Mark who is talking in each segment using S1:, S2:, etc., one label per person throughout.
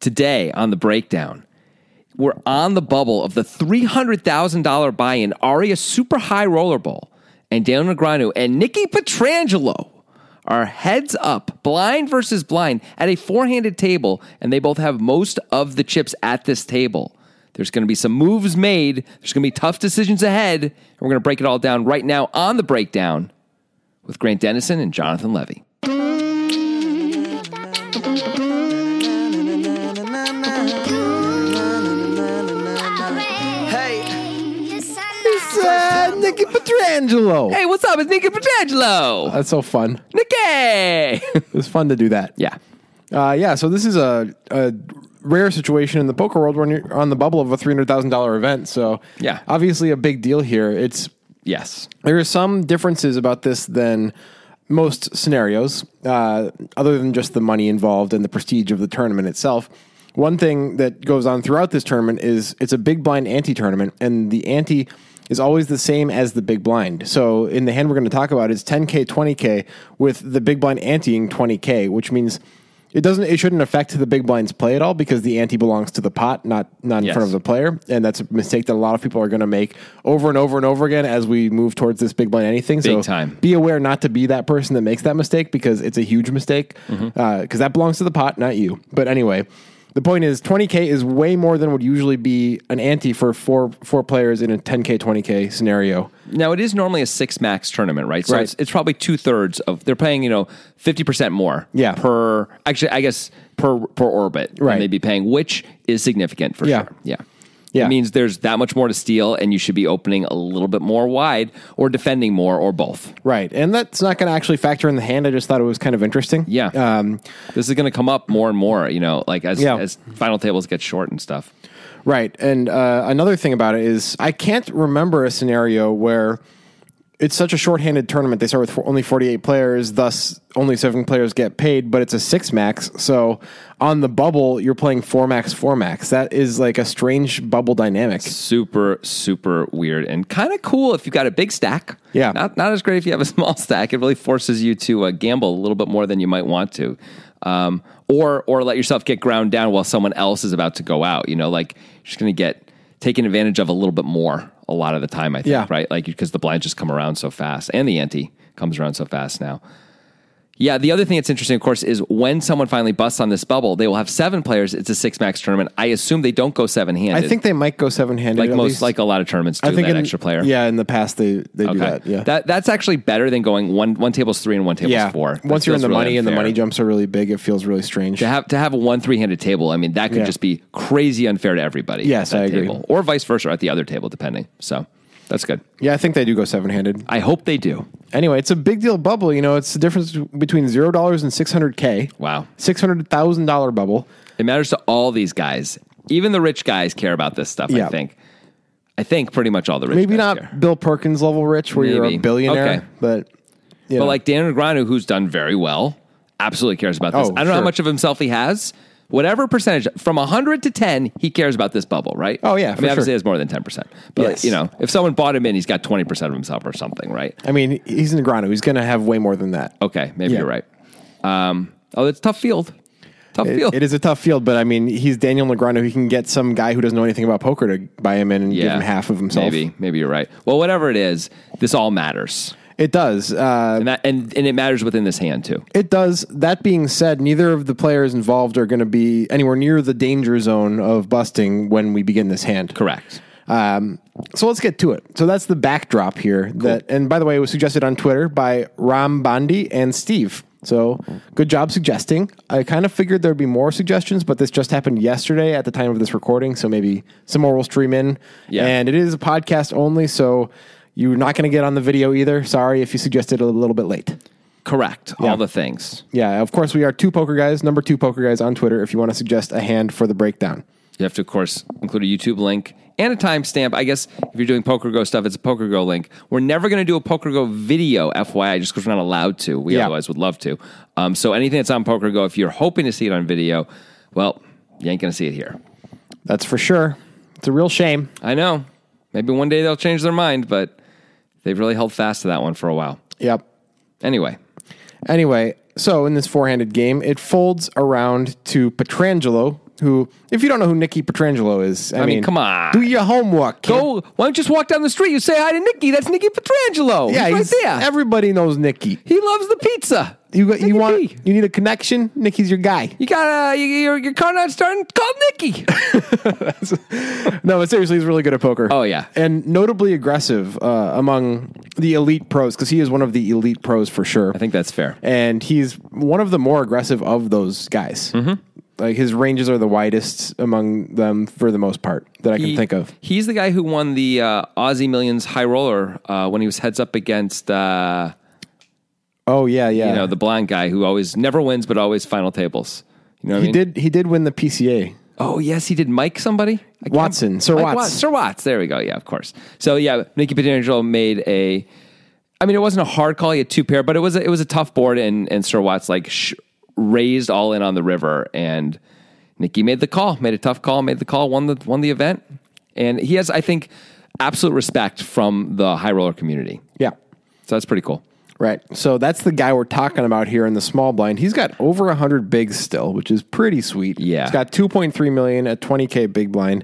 S1: Today on the breakdown, we're on the bubble of the $300,000 buy in Aria Super High Roller Bowl, and Daniel Negreanu and Nikki Petrangelo are heads up, blind versus blind, at a four handed table, and they both have most of the chips at this table. There's going to be some moves made, there's going to be tough decisions ahead, and we're going to break it all down right now on the breakdown with Grant Dennison and Jonathan Levy.
S2: Uh, Nikki Petrangelo.
S1: Hey, what's up? It's Nikki Petrangelo.
S2: That's so fun.
S1: Nikki!
S2: It was fun to do that.
S1: yeah.
S2: Uh, yeah. So this is a, a rare situation in the poker world when you're on the bubble of a three hundred thousand dollar event. So
S1: Yeah.
S2: obviously a big deal here. It's
S1: Yes.
S2: there are some differences about this than most scenarios, uh, other than just the money involved and the prestige of the tournament itself. One thing that goes on throughout this tournament is it's a big blind ante tournament, and the ante is always the same as the big blind. So in the hand we're going to talk about is 10k, 20k, with the big blind anteing 20k, which means it doesn't it shouldn't affect the big blind's play at all because the ante belongs to the pot, not not in
S1: Yes.
S2: front of the player, and that's a mistake that a lot of people are going to make over and over and over again as we move towards this big blind anything.
S1: Big
S2: so
S1: time.
S2: be aware not to be that person that makes that mistake because it's a huge mistake because
S1: Mm-hmm.
S2: that belongs to the pot, not you. But anyway, the point is 20k is way more than would usually be an ante for four four players in a 10k 20k scenario.
S1: Now it is normally a six max tournament, right? So
S2: Right.
S1: It's, it's probably two thirds of they're paying you know fifty percent more.
S2: Yeah.
S1: Per actually, I guess per per orbit. than
S2: Right.
S1: They'd be paying, which is significant for
S2: Yeah.
S1: sure. Yeah.
S2: Yeah.
S1: It means there's that much more to steal, and you should be opening a little bit more wide, or defending more, or both.
S2: Right, and that's not going to actually factor in the hand. I just thought it was kind of interesting.
S1: Yeah.
S2: Um,
S1: This is going to come up more and more. You know, like as
S2: Yeah.
S1: as final tables get short and stuff.
S2: Right. And uh, another thing about it is I can't remember a scenario where it's such a shorthanded tournament. They start with four, only 48 players, thus only seven players get paid, but it's a six max. So on the bubble, you're playing four max, four max. That is like a strange bubble dynamic.
S1: super super weird and kind of cool if you've got a big stack
S2: Yeah.
S1: not, not as great if you have a small stack it really forces you to uh, gamble a little bit more than you might want to um, or or let yourself get ground down while someone else is about to go out you know like you're just going to get taken advantage of a little bit more a lot of the time i think
S2: Yeah.
S1: right like because the blinds just come around so fast and the ante comes around so fast now yeah, the other thing that's interesting, of course, is when someone finally busts on this bubble, they will have seven players. It's a six max tournament. I assume they don't go seven handed
S2: I think they might go seven handed.
S1: like most like a lot of tournaments do
S2: I think
S1: that
S2: in-
S1: extra player.
S2: Yeah, in the past they, they do that. Yeah.
S1: That that's actually better than going one one table's three and one table's
S2: yeah.
S1: four. That
S2: Once you're in
S1: feels
S2: the
S1: really
S2: money and the
S1: unfair.
S2: money jumps are really big, it feels really strange.
S1: To have to have a one three handed table, I mean that could
S2: Yeah.
S1: just be crazy unfair to everybody.
S2: Yes,
S1: at that
S2: I agree.
S1: Table. Or vice versa at the other table, depending. So that's good.
S2: Yeah, I think they do go seven handed.
S1: I hope they do.
S2: anyway, it's a big deal bubble. You know, it's the difference between zero dollars and six hundred k.
S1: Wow.
S2: six hundred thousand dollar bubble.
S1: It matters to all these guys. Even the rich guys care about this stuff, I
S2: Yeah.
S1: think. I think pretty much all the rich
S2: Maybe
S1: guys
S2: not
S1: care.
S2: Bill Perkins level rich, where you're
S1: Maybe.
S2: a billionaire,
S1: Okay.
S2: but you
S1: But
S2: know.
S1: like Dan Negreanu, who's done very well, absolutely cares about this.
S2: Oh,
S1: I don't know how
S2: sure.
S1: much of himself he has. Whatever percentage, from 100 to 10, he cares about this bubble, right?
S2: Oh, yeah,
S1: I
S2: for
S1: mean, obviously, he
S2: sure.
S1: has more than 10%. But, like,
S2: Yes.
S1: you know, if someone bought him in, he's got 20% of himself or something, right?
S2: I mean, he's in Grano. He's going to have way more than that.
S1: Okay, maybe
S2: Yeah.
S1: you're right. Um, oh, it's a tough field. Tough
S2: It-
S1: field.
S2: it is a tough field, but I mean, he's Daniel Negreanu. He can get some guy who doesn't know anything about poker to buy him in and give him half of himself.
S1: Maybe, maybe you're right. Well, whatever it is, this all matters.
S2: It does. Uh,
S1: And, that, and, and it matters within this hand, too.
S2: It does. That being said, neither of the players involved are going to be anywhere near the danger zone of busting when we begin this hand.
S1: Correct.
S2: Um, so let's get to it. So that's the backdrop here. That and by the way, it was suggested on Twitter by Ram Bandi and Steve. So good job suggesting. I kind of figured there'd be more suggestions, but this just happened yesterday at the time of this recording. So maybe some more will stream in.
S1: Yeah.
S2: And it is a podcast only, so you're not going to get on the video either. Sorry if you suggested a little bit late.
S1: Correct. All the things.
S2: Yeah, of course we are two poker guys, number two poker guys on Twitter. If you want to suggest a hand for the breakdown.
S1: You have to, of course, include a YouTube link and a timestamp. I guess if you're doing PokerGo stuff, it's a PokerGo link. We're never going to do a PokerGo video, FYI, just because we're not allowed to. We
S2: Yeah.
S1: otherwise would love to. Um, so anything that's on PokerGo, if you're hoping to see it on video, well, you ain't going to see it here.
S2: That's for sure. It's a real shame.
S1: I know. Maybe one day they'll change their mind, but they've really held fast to that one for a while.
S2: Yep.
S1: Anyway,
S2: Anyway, so in this four-handed game, it folds around to Petrangelo, who, if you don't know who Nikki Petrangelo is, I,
S1: mean, come on.
S2: do your homework. kid.
S1: Go. Why don't you just walk down the street? You say hi to Nikki. That's Nikki Petrangelo.
S2: yeah,
S1: he's,
S2: he's-
S1: right there.
S2: Everybody knows Nikki.
S1: he loves the pizza.
S2: You got,
S1: Nikki
S2: you want,
S1: P.
S2: you need a connection. Nikki's your guy.
S1: You got uh, you, your your car not starting. Call Nikki.
S2: No, but seriously, he's really good at poker.
S1: Oh, yeah.
S2: and notably aggressive uh, among the elite pros because he is one of the elite pros for sure.
S1: I think that's fair.
S2: and he's one of the more aggressive of those guys. Like his ranges are the widest among them for the most part that I can think of.
S1: He's the guy who won the uh, Aussie Millions High Roller uh, when he was heads up against uh,
S2: Oh yeah, yeah.
S1: you know the blind guy who always never wins but always final tables. You know what I
S2: he
S1: mean?
S2: did. He did win the PCA.
S1: Oh yes, he did. Mike somebody I can't-
S2: Watson. Sir
S1: Mike
S2: Watts.
S1: Wat- Sir Watts. There we go. Yeah, of course. So yeah, Nicky Petrangelo made a. I mean, it wasn't a hard call. He had two pair, but it was a, it was a tough board, and and Sir Watts like sh- raised all in on the river, and Nicky made the call, made a tough call, made the call, won the won the event, and he has I think absolute respect from the high roller community.
S2: Yeah,
S1: So that's pretty cool.
S2: right. So that's the guy we're talking about here in the small blind. He's got over hundred bigs still, which is pretty sweet.
S1: Yeah.
S2: he's got two point three million at twenty k big blind.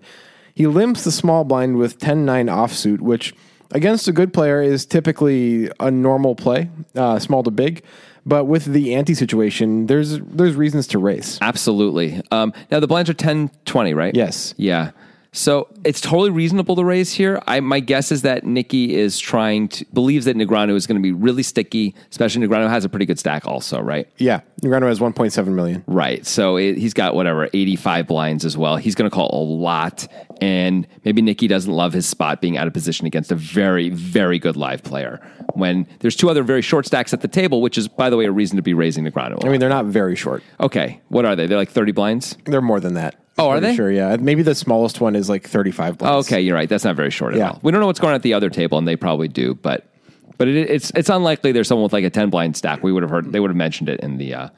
S2: He limps the small blind with 10-9 offsuit, which against a good player is typically a normal play, uh, small to big. But with the anti situation, there's there's reasons to race.
S1: Absolutely. Um, now the blinds are 10 20, right?
S2: Yes.
S1: Yeah. So it's totally reasonable to raise here. I, my guess is that Nikki is trying to believes that Negrano is going to be really sticky, especially Negrano has a pretty good stack also, right?
S2: Yeah, Nagano has one point seven million.
S1: Right. So it, he's got whatever 85 blinds as well. He's going to call a lot and maybe Nikki doesn't love his spot being out of position against a very very good live player when there's two other very short stacks at the table, which is by the way a reason to be raising Negrano.
S2: I mean, they're not very short.
S1: okay. What are they? They're like 30 blinds?
S2: They're more than that.
S1: Oh, are
S2: Pretty
S1: they?
S2: Sure, yeah. Maybe the smallest one is like 35
S1: Oh,
S2: blinds.
S1: okay, you're right. That's not very short at
S2: Yeah.
S1: all. We don't know what's going on at the other table, and they probably do, but but it, it's it's unlikely there's someone with like a ten blind stack. We would have heard they would have mentioned it in the uh,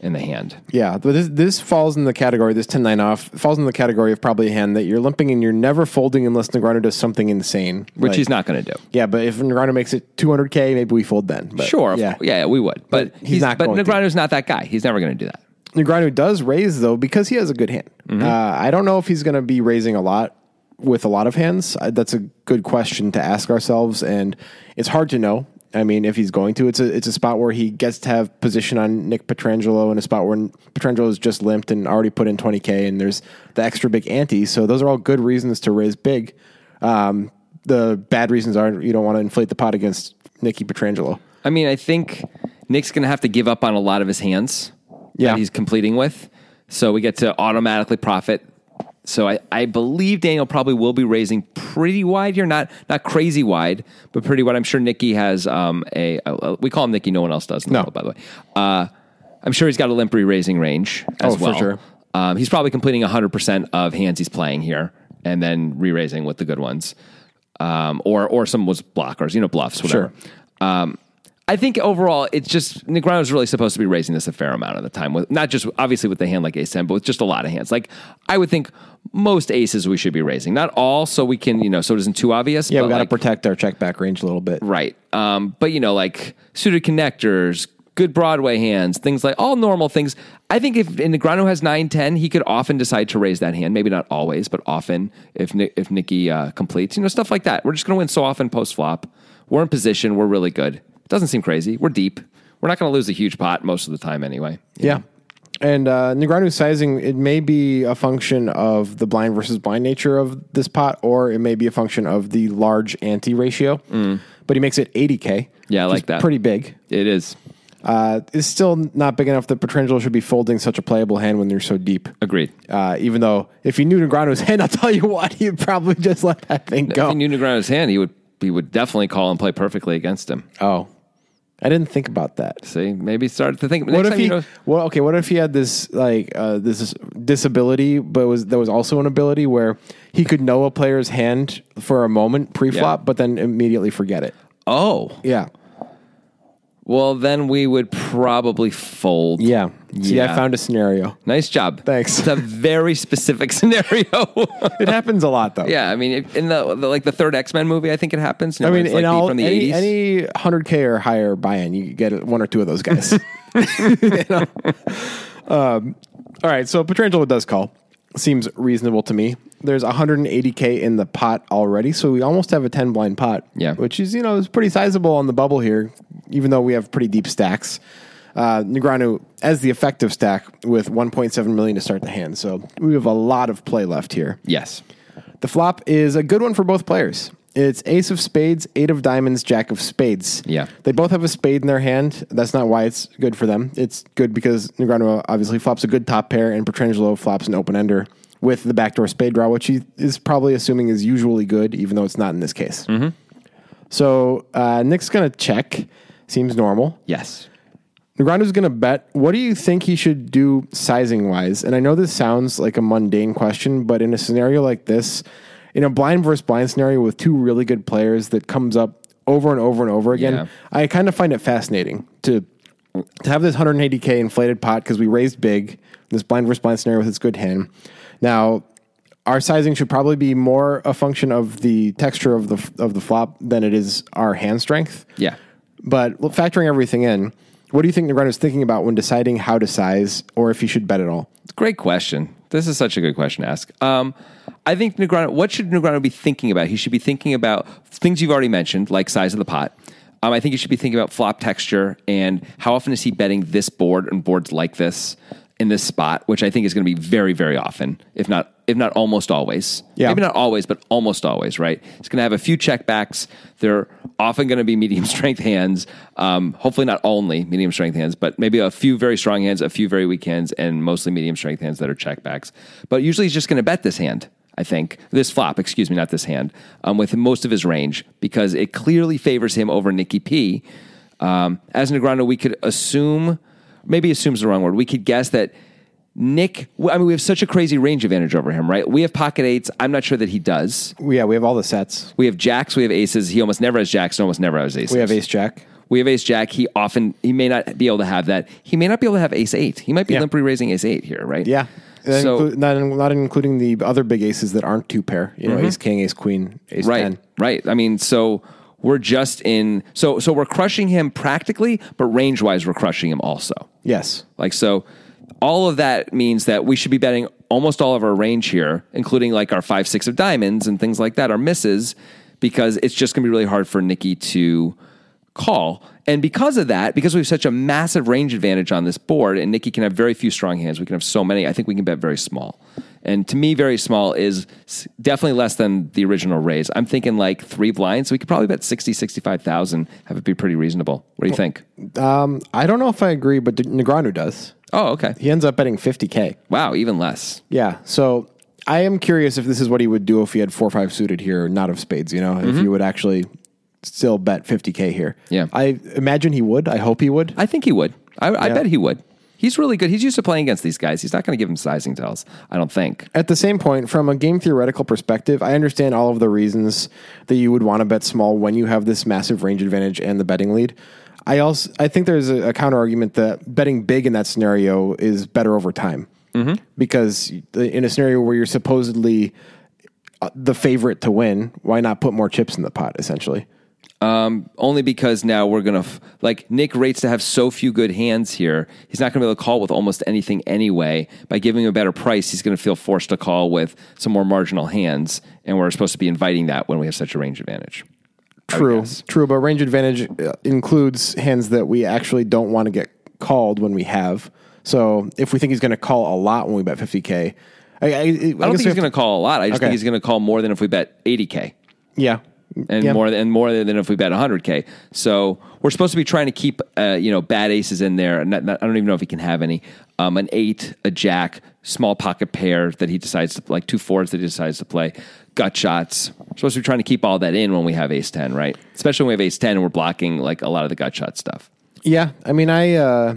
S1: in the hand.
S2: Yeah, but this this falls in the category. This 10-9 off falls in the category of probably a hand that you're limping and you're never folding unless Negrano does something insane,
S1: Which
S2: Like-
S1: he's not going to do.
S2: Yeah, but if Negrano makes it 200k, maybe we fold then. But
S1: Sure, of-
S2: Yeah.
S1: yeah. yeah, we would, but,
S2: he's not
S1: But
S2: going to.
S1: Negrano's not that guy. He's never going to do that.
S2: Negrano does raise though because he has a good hand.
S1: Mm-hmm.
S2: Uh, I don't know if he's going to be raising a lot with a lot of hands. I, that's a good question to ask ourselves, and it's hard to know. I mean, if he's going to, it's a it's a spot where he gets to have position on Nick Petrangelo, and a spot where Petrangelo is just limped and already put in twenty k, and there's the extra big ante. So those are all good reasons to raise big. Um, the bad reasons are you don't want to inflate the pot against Nicky Petrangelo.
S1: I mean, I think Nick's going to have to give up on a lot of his hands
S2: Yeah.
S1: that he's completing with. So we get to automatically profit. So I, I believe Daniel probably will be raising pretty wide here, not not crazy wide, but pretty wide. I'm sure Nikki has um, a, a- we call him Nikki. No one else does. In the
S2: No.
S1: world, by the way, uh, I'm sure he's got a limp raising range as
S2: Oh, for
S1: well.
S2: sure.
S1: Um, he's probably completing 100 percent of hands he's playing here, and then re-raising with the good ones, um, or or some was blockers, you know, bluffs, whatever. Um, I think overall, it's just Negrano's really supposed to be raising this a fair amount of the time, with not just obviously with the hand like ace ten, but with just a lot of hands. Like I would think most aces we should be raising, not all, so we can you know so it isn't too obvious.
S2: Yeah,
S1: but
S2: we got to
S1: like-
S2: protect our check back range a little bit.
S1: Right. Um, but you know, like suited connectors, good Broadway hands, things like all normal things. I think if Negrano has nine ten, he could often decide to raise that hand. Maybe not always, but often if Ni- if Nikki uh, completes, you know, stuff like that. We're just going to win so often post flop. We're in position. We're really good. doesn't seem crazy. We're deep. We're not going to lose a huge pot most of the time anyway.
S2: Yeah. And uh, Negranu's sizing, it may be a function of the blind versus blind nature of this pot, or it may be a function of the large ante ratio. But he makes it 80K.
S1: Mm. Yeah, I
S2: which
S1: like
S2: is
S1: that.
S2: Pretty big.
S1: It is
S2: Uh, it's still not big enough that Petrangelo should be folding such a playable hand when they're so deep.
S1: agreed.
S2: Uh, even though if you knew Negranu's hand, I'll tell you what, he'd probably just let that thing
S1: If
S2: go.
S1: he knew Negrano's hand, he would he would definitely call and play perfectly against him.
S2: oh, I didn't think about that.
S1: See, maybe start to think. next
S2: What if
S1: time
S2: he?
S1: you know-
S2: well, okay. What if he had this like uh, this disability, but was that was also an ability where he could know a player's hand for a moment pre-flop,
S1: Yeah.
S2: but then immediately forget it.
S1: oh,
S2: Yeah,
S1: Well, then we would probably fold.
S2: yeah. See,
S1: Yeah.
S2: I found a scenario.
S1: Nice job.
S2: Thanks.
S1: It's a very specific scenario.
S2: It happens a lot, though.
S1: yeah, I mean, if- in the, the like the third X Men movie, I think it happens. You
S2: I
S1: know,
S2: mean,
S1: it's like
S2: in
S1: the-
S2: all,
S1: from the
S2: any,
S1: eighties.
S2: any 100K or higher buy in, you get one or two of those guys. You know? um, all right, so Petrangelo does call. seems reasonable to me. There's 180k in the pot already, so we almost have a 10 blind pot.
S1: Yeah.
S2: which is you know is pretty sizable on the bubble here, even though we have pretty deep stacks. Uh, Negranu as the effective stack with 1.7 million to start the hand, so we have a lot of play left here.
S1: Yes.
S2: The flop is a good one for both players. It's ace of spades, eight of diamonds, jack of spades.
S1: Yeah.
S2: They both have a spade in their hand. That's not why it's good for them. It's good because Negrano obviously flops a good top pair and Petrangelo flops an open ender with the backdoor spade draw, which he is probably assuming is usually good, even though it's not in this case. So uh, Nick's going to check. Seems normal.
S1: Yes.
S2: Negreanu's going to bet. What do you think he should do sizing wise? And I know this sounds like a mundane question, but in a scenario like this, in a blind versus blind scenario with two really good players that comes up over and over and over again,
S1: Yeah.
S2: I kind of find it fascinating to to have this 180k inflated pot because we raised big this blind versus blind scenario with its good hand. Now, our sizing should probably be more a function of the texture of the of the flop than it is our hand strength.
S1: Yeah.
S2: But factoring everything in, what do you think Negreanu's thinking about when deciding how to size or if he should bet at all?
S1: Great question. This is such a good question to ask. Um, I think Negrano, what should Negrano be thinking about? He should be thinking about things you've already mentioned, like size of the pot. Um, I think he should be thinking about flop texture and how often is he betting this board and boards like this in this spot, which I think is going to be very, very often, if not if not almost always.
S2: Yeah.
S1: Maybe not always, but almost always, right? He's going to have a few checkbacks. They're often going to be medium strength hands. Um, hopefully, not only medium strength hands, but maybe a few very strong hands, a few very weak hands, and mostly medium strength hands that are checkbacks. But usually, he's just going to bet this hand. I think this flop, excuse me, not this hand, um, with most of his range because it clearly favors him over Nicky P. Um, as Negrano, we could assume, maybe assumes the wrong word. We could guess that Nick, I mean, we have such a crazy range of advantage over him, right? We have pocket eights. I'm not sure that he does.
S2: Yeah, we have all the sets.
S1: We have jacks. We have aces. He almost never has jacks. and Almost never has aces.
S2: We have ace jack.
S1: We have ace jack. He often he may not be able to have that. He may not be able to have ace eight. He might be
S2: Yeah.
S1: limp limpery raising ace eight here, right?
S2: Yeah. That
S1: So-
S2: inclu- not, not including the other big aces that aren't two pair, you know, ace king, ace queen, ace
S1: Mm-hmm. right,
S2: 10.
S1: right. I mean, so we're just in. So so we're crushing him practically, but range wise, we're crushing him also.
S2: Yes.
S1: Like so all of that means that we should be betting almost all of our range here, including like our five, six of diamonds and things like that, our misses, because it's just gonna be really hard for Nikki to call. And because of that, because we have such a massive range advantage on this board, and Nikki can have very few strong hands, we can have so many, I think we can bet very small. And to me, very small is s- definitely less than the original raise. I'm thinking like three blinds. We could probably bet 60, 65,000, have it be pretty reasonable. What do you think?
S2: Um, I don't know if I agree, but Negranu does.
S1: Oh, okay.
S2: He ends up betting 50K.
S1: Wow, even less.
S2: Yeah. So I am curious if this is what he would do if he had four five suited here, not of spades. You know, if he would actually still bet fifty k here.
S1: Mm-hmm. Yeah.
S2: I imagine he would. I hope he would.
S1: I think he would. I, I
S2: Yeah.
S1: bet he would. He's really good. He's used to playing against these guys. He's not going to give him sizing tells. I don't think.
S2: At the same point, from a game theoretical perspective, I understand all of the reasons that you would want to bet small when you have this massive range advantage and the betting lead. I also I think there's a, a counter argument that betting big in that scenario is better over time mm-hmm. because in a scenario where you're supposedly uh, the favorite to win, why not put more chips in the pot? Essentially,
S1: Only because now we're going to f- like Nick rates to have so few good hands here. He's not going to be able to call with almost anything anyway. By giving him a better price, he's going to feel forced to call with some more marginal hands, and we're supposed to be inviting that when we have such a range advantage. I would
S2: True,
S1: guess.
S2: true. But range advantage uh, includes hands that we actually don't want to get called when we have. So if we think he's going to call a lot when we bet 50k, I, I, I,
S1: I don't think he's going to call a lot. I just
S2: Okay.
S1: think he's going to call more than if we bet 80k.
S2: Yeah,
S1: and
S2: Yeah.
S1: more and more than if we bet 100k. So we're supposed to be trying to keep uh, you know bad aces in there. And not- not- I don't even know if he can have any. Um, an eight, a jack, small pocket pair that he decides to like two fours that he decides to play, gut shots. We're supposed to be trying to keep all that in when we have ace ten, right? Especially when we have ace ten and we're blocking like a lot of the gut shot stuff.
S2: yeah. I mean, I uh,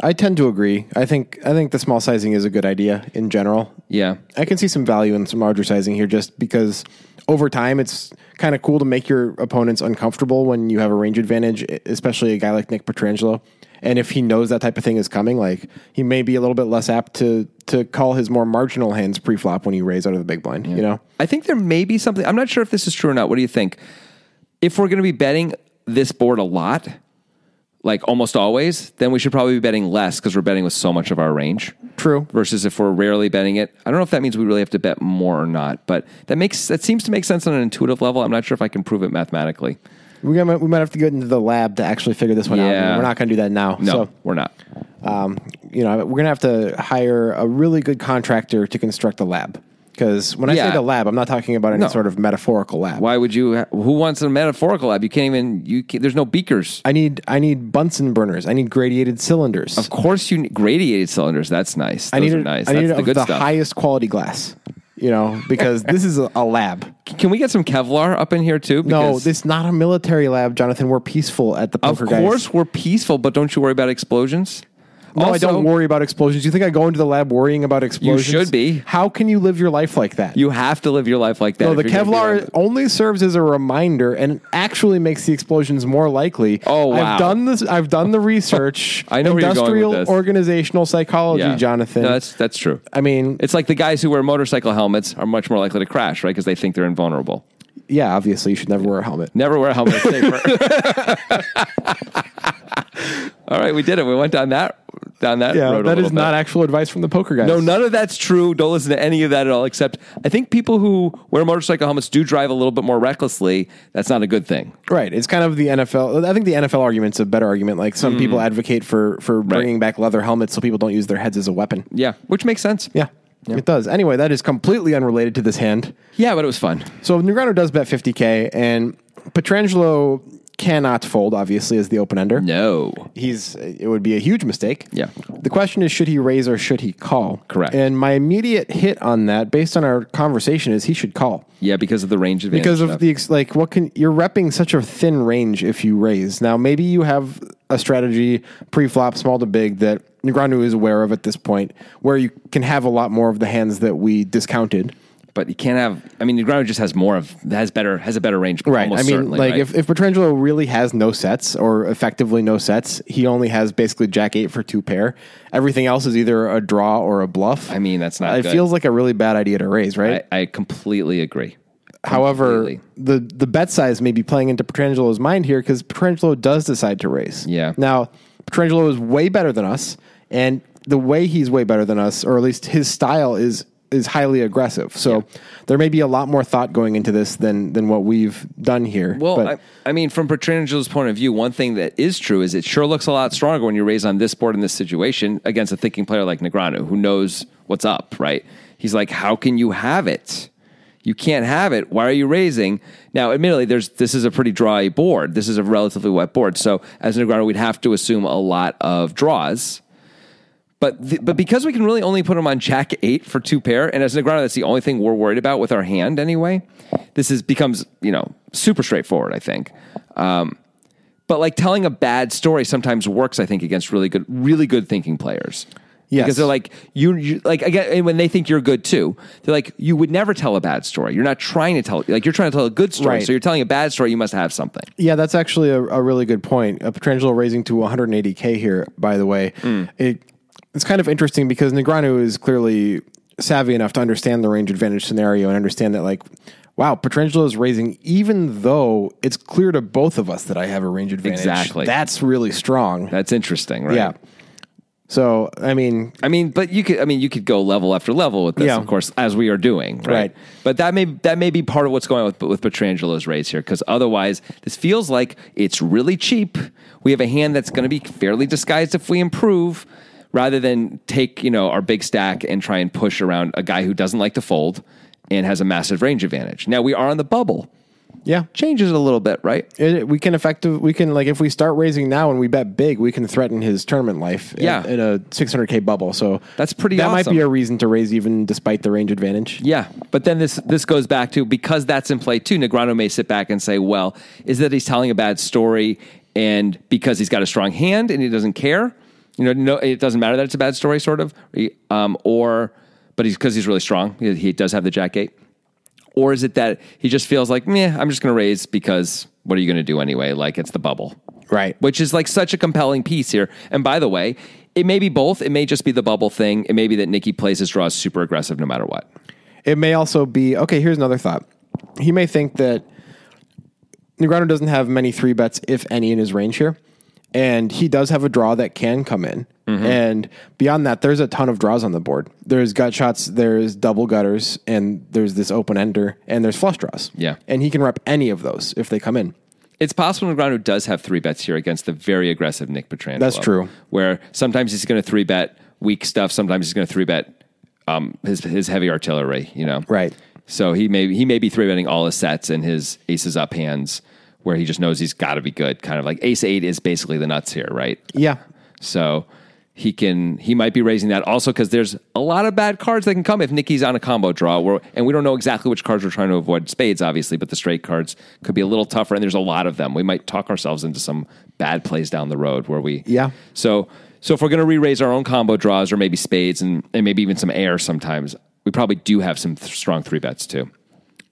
S2: I tend to agree. I think I think the small sizing is a good idea in general.
S1: Yeah,
S2: I can see some value in some larger sizing here, just because over time it's kind of cool to make your opponents uncomfortable when you have a range advantage, e, especially a guy like Nick Petrangelo. And if he knows that type of thing is coming, like he may be a little bit less apt to to call his more marginal hands pre-flop when you raise out of the big blind. You know,
S1: I think there may be something. I'm not sure if this is true or not. What do you think? If we're going to be betting this board a lot, like almost always, then we should probably be betting less because we're betting with so much of our range.
S2: True.
S1: Versus if we're rarely betting it, I don't know if that means we really have to bet more or not, but that makes that seems to make sense on an intuitive level. I'm not sure if I can prove it mathematically.
S2: We might, we might have to get into the lab to actually figure this one
S1: Yeah.
S2: out. We're not going to do that now.
S1: No,
S2: So,
S1: we're not.
S2: um, you know, we're going to have to hire a really good contractor to construct the lab. Because when I
S1: Yeah.
S2: say the lab, I'm not talking about any
S1: No.
S2: sort of metaphorical lab.
S1: Why would you? ha- Who wants a metaphorical lab? You can't even. You can, there's no beakers.
S2: I need I need Bunsen burners. I need gradiated cylinders.
S1: Of course, you need gradiated cylinders. That's nice. Those
S2: I need
S1: are
S2: it-
S1: nice.
S2: I
S1: That's
S2: need it
S1: the
S2: of
S1: good
S2: the
S1: stuff.
S2: highest quality glass. You know, because this is a, a lab.
S1: Can we get some Kevlar up in here too?
S2: No,
S1: Because
S2: this is not a military lab, Jonathan. We're peaceful at the
S1: Of
S2: poker guys.
S1: course, we're peaceful, but don't you worry about explosions.
S2: No, I
S1: Also,
S2: don't worry about explosions. You think I go into the lab worrying about explosions?
S1: should be.
S2: How can you live your life like that?
S1: You have to live your life like that.
S2: no,
S1: if
S2: the
S1: you're gonna be around
S2: Kevlar only serves as a reminder and actually makes the explosions more likely.
S1: Oh, wow.
S2: I've done this. I've done the research.
S1: I know where you're going with
S2: industrial
S1: this.
S2: organizational psychology,
S1: Yeah.
S2: Jonathan.
S1: No, that's that's true.
S2: I mean,
S1: It's like the guys who wear motorcycle helmets are much more likely to crash, right? Because they think they're invulnerable.
S2: yeah, obviously you should never wear a helmet.
S1: Never wear a helmet. it's safer. All right, we did it. We went down that down that
S2: Yeah,
S1: road. a
S2: that
S1: little
S2: is not
S1: bit.
S2: actual advice from the poker guys.
S1: No, none of that's true. Don't listen to any of that at all. Except, I think people who wear motorcycle helmets do drive a little bit more recklessly. That's not a good thing.
S2: Right. It's kind of the NFL. I think the NFL argument's a better argument. Like some people advocate for for bringing back leather helmets so people don't use their heads as a weapon.
S1: Yeah, which makes sense.
S2: Yeah. It does. Anyway, that is completely unrelated to this hand.
S1: yeah, but it was fun.
S2: So Negrano does bet 50k and Petrangelo cannot fold obviously as the open ender.
S1: No,
S2: He's it would be a huge mistake.
S1: Yeah.
S2: The question is should he raise or should he call?
S1: Correct.
S2: And my immediate hit on that based on our conversation is he should call.
S1: yeah, because of the range advantage.
S2: because
S1: stuff.
S2: of the ex- like what can you're repping such a thin range if you raise now maybe you have a strategy pre-flop small to big that Negreanu is aware of at this point where you can have a lot more of the hands that we discounted
S1: but you can't have. I mean, Negreanu just has more of has better has a better range. almost
S2: i mean
S1: certainly,
S2: like
S1: right?
S2: if, if petrangelo really has no sets or effectively no sets he only has basically jack eight for two pair everything else is either a draw or a bluff
S1: I mean, that's not
S2: it
S1: good.
S2: feels like a really bad idea to raise right
S1: I, I completely agree.
S2: However,
S1: Completely.
S2: the, the bet size may be playing into Petrangelo's mind here because Petrangelo does decide to raise.
S1: Yeah.
S2: Now, Petrangelo is way better than us, and the way he's way better than us, or at least his style is is highly aggressive. So there may be a lot more thought going into this than than what we've done here.
S1: Well,
S2: but
S1: I, I mean, from Petrangelo's point of view, one thing that is true is it sure looks a lot stronger when you raise on this board in this situation against a thinking player like Negreanu, who knows what's up, right? He's like, how can you have it? You can't have it. Why are you raising? Now, admittedly, there's this is a pretty dry board. This is a relatively wet board. So, as Negreanu, we'd have to assume a lot of draws. But th- but because we can really only put him on jack eight for two pair, and as Negreanu, that's the only thing we're worried about with our hand anyway. This is becomes you know super straightforward. I think. Um, but like telling a bad story sometimes works. I think against really good, really good thinking players.
S2: Yes.
S1: Because they're like you, you like again and when they think you're good too. They're like you would never tell a bad story. You're not trying to tell like you're trying to tell a good story.
S2: Right.
S1: So you're telling a bad story. You must have something.
S2: Yeah, that's actually a, a really good point. Uh, Petrangelo raising to 180k here. By the way,
S1: Hmm.
S2: it it's kind of interesting because Negreanu is clearly savvy enough to understand the range advantage scenario and understand that like, wow, Petrangelo is raising even though it's clear to both of us that I have a range advantage.
S1: Exactly.
S2: that's really strong.
S1: That's interesting, right?
S2: yeah. So I mean,
S1: I mean, but you could. I mean, you could go level after level with this,
S2: Yeah.
S1: of course, as we are doing, right?
S2: Right.
S1: But that may that may be part of what's going on with with Petrangelo's raise here, because otherwise, this feels like it's really cheap. We have a hand that's going to be fairly disguised if we improve, rather than take you know our big stack and try and push around a guy who doesn't like to fold and has a massive range advantage. Now we are on the bubble.
S2: yeah,
S1: Changes it a little bit, right?
S2: it, we can effective we can like if we start raising now and we bet big we can threaten his tournament life in-
S1: Yeah.
S2: in, a 600k bubble so
S1: That's pretty
S2: that might
S1: awesome.
S2: be a reason to raise even despite the range advantage
S1: Yeah, but then this this goes back to because that's in play too. Negreanu may sit back and say, "Well, is that he's telling a bad story, and because he's got a strong hand and he doesn't care, you know, no, it doesn't matter that it's a bad story, sort of, um, or but he's because he's really strong, he, he does have the jack eight, or is it that he just feels like, meh, I'm just going to raise because what are you going to do anyway? Like it's the bubble,
S2: Right.
S1: Which is like such a compelling piece here. And by the way, it may be both. It may just be the bubble thing. It may be that Nikki plays his draws super aggressive no matter what.
S2: it may also be okay here's another thought he may think that Negreanu doesn't have many three bets if any in his range here and he does have a draw that can come in.
S1: Mm-hmm.
S2: And beyond that, there's a ton of draws on the board. There's gut shots, there's double gutters, and there's this open ender, and there's flush draws.
S1: Yeah.
S2: And he can rep any of those if they come in.
S1: It's possible Ngranu does have three bets here against the very aggressive Nick Petrangelo.
S2: That's true.
S1: Where sometimes he's going to three bet weak stuff. Sometimes he's going to three bet um, his his heavy artillery. You know,
S2: Right.
S1: So he may he may be three betting all his sets and his aces up hands, where he just knows he's got to be good. Kind of like ace eight is basically the nuts here, right?
S2: Yeah.
S1: So he can he might be raising that also because there's a lot of bad cards that can come if Nicky's on a combo draw. We're, and we don't know exactly which cards we're trying to avoid. Spades, obviously, but the straight cards could be a little tougher, and there's a lot of them. We might talk ourselves into some bad plays down the road where we
S2: Yeah.
S1: So so if we're gonna re-raise our own combo draws or maybe spades and, and maybe even some air sometimes, we probably do have some th- strong three bets too.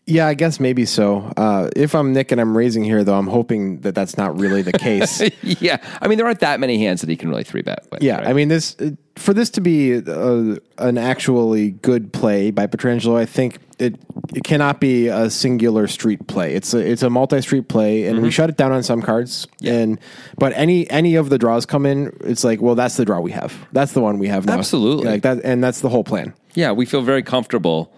S2: Yeah, I guess maybe so. Uh, if I'm Nick and I'm raising here, though, I'm hoping that that's not really the case.
S1: yeah, I mean there aren't that many hands that he can really three bet with.
S2: Yeah,
S1: right?
S2: I mean this for this to be uh an actually good play by Petrangelo. I think it it cannot be a singular street play. It's a it's a multi street play,
S1: Mm-hmm.
S2: and we shut it down on some cards. And but any any of the draws come in, it's like well that's the draw we have. That's the one we have now.
S1: Absolutely.
S2: like that, and that's the whole plan.
S1: Yeah, we feel very comfortable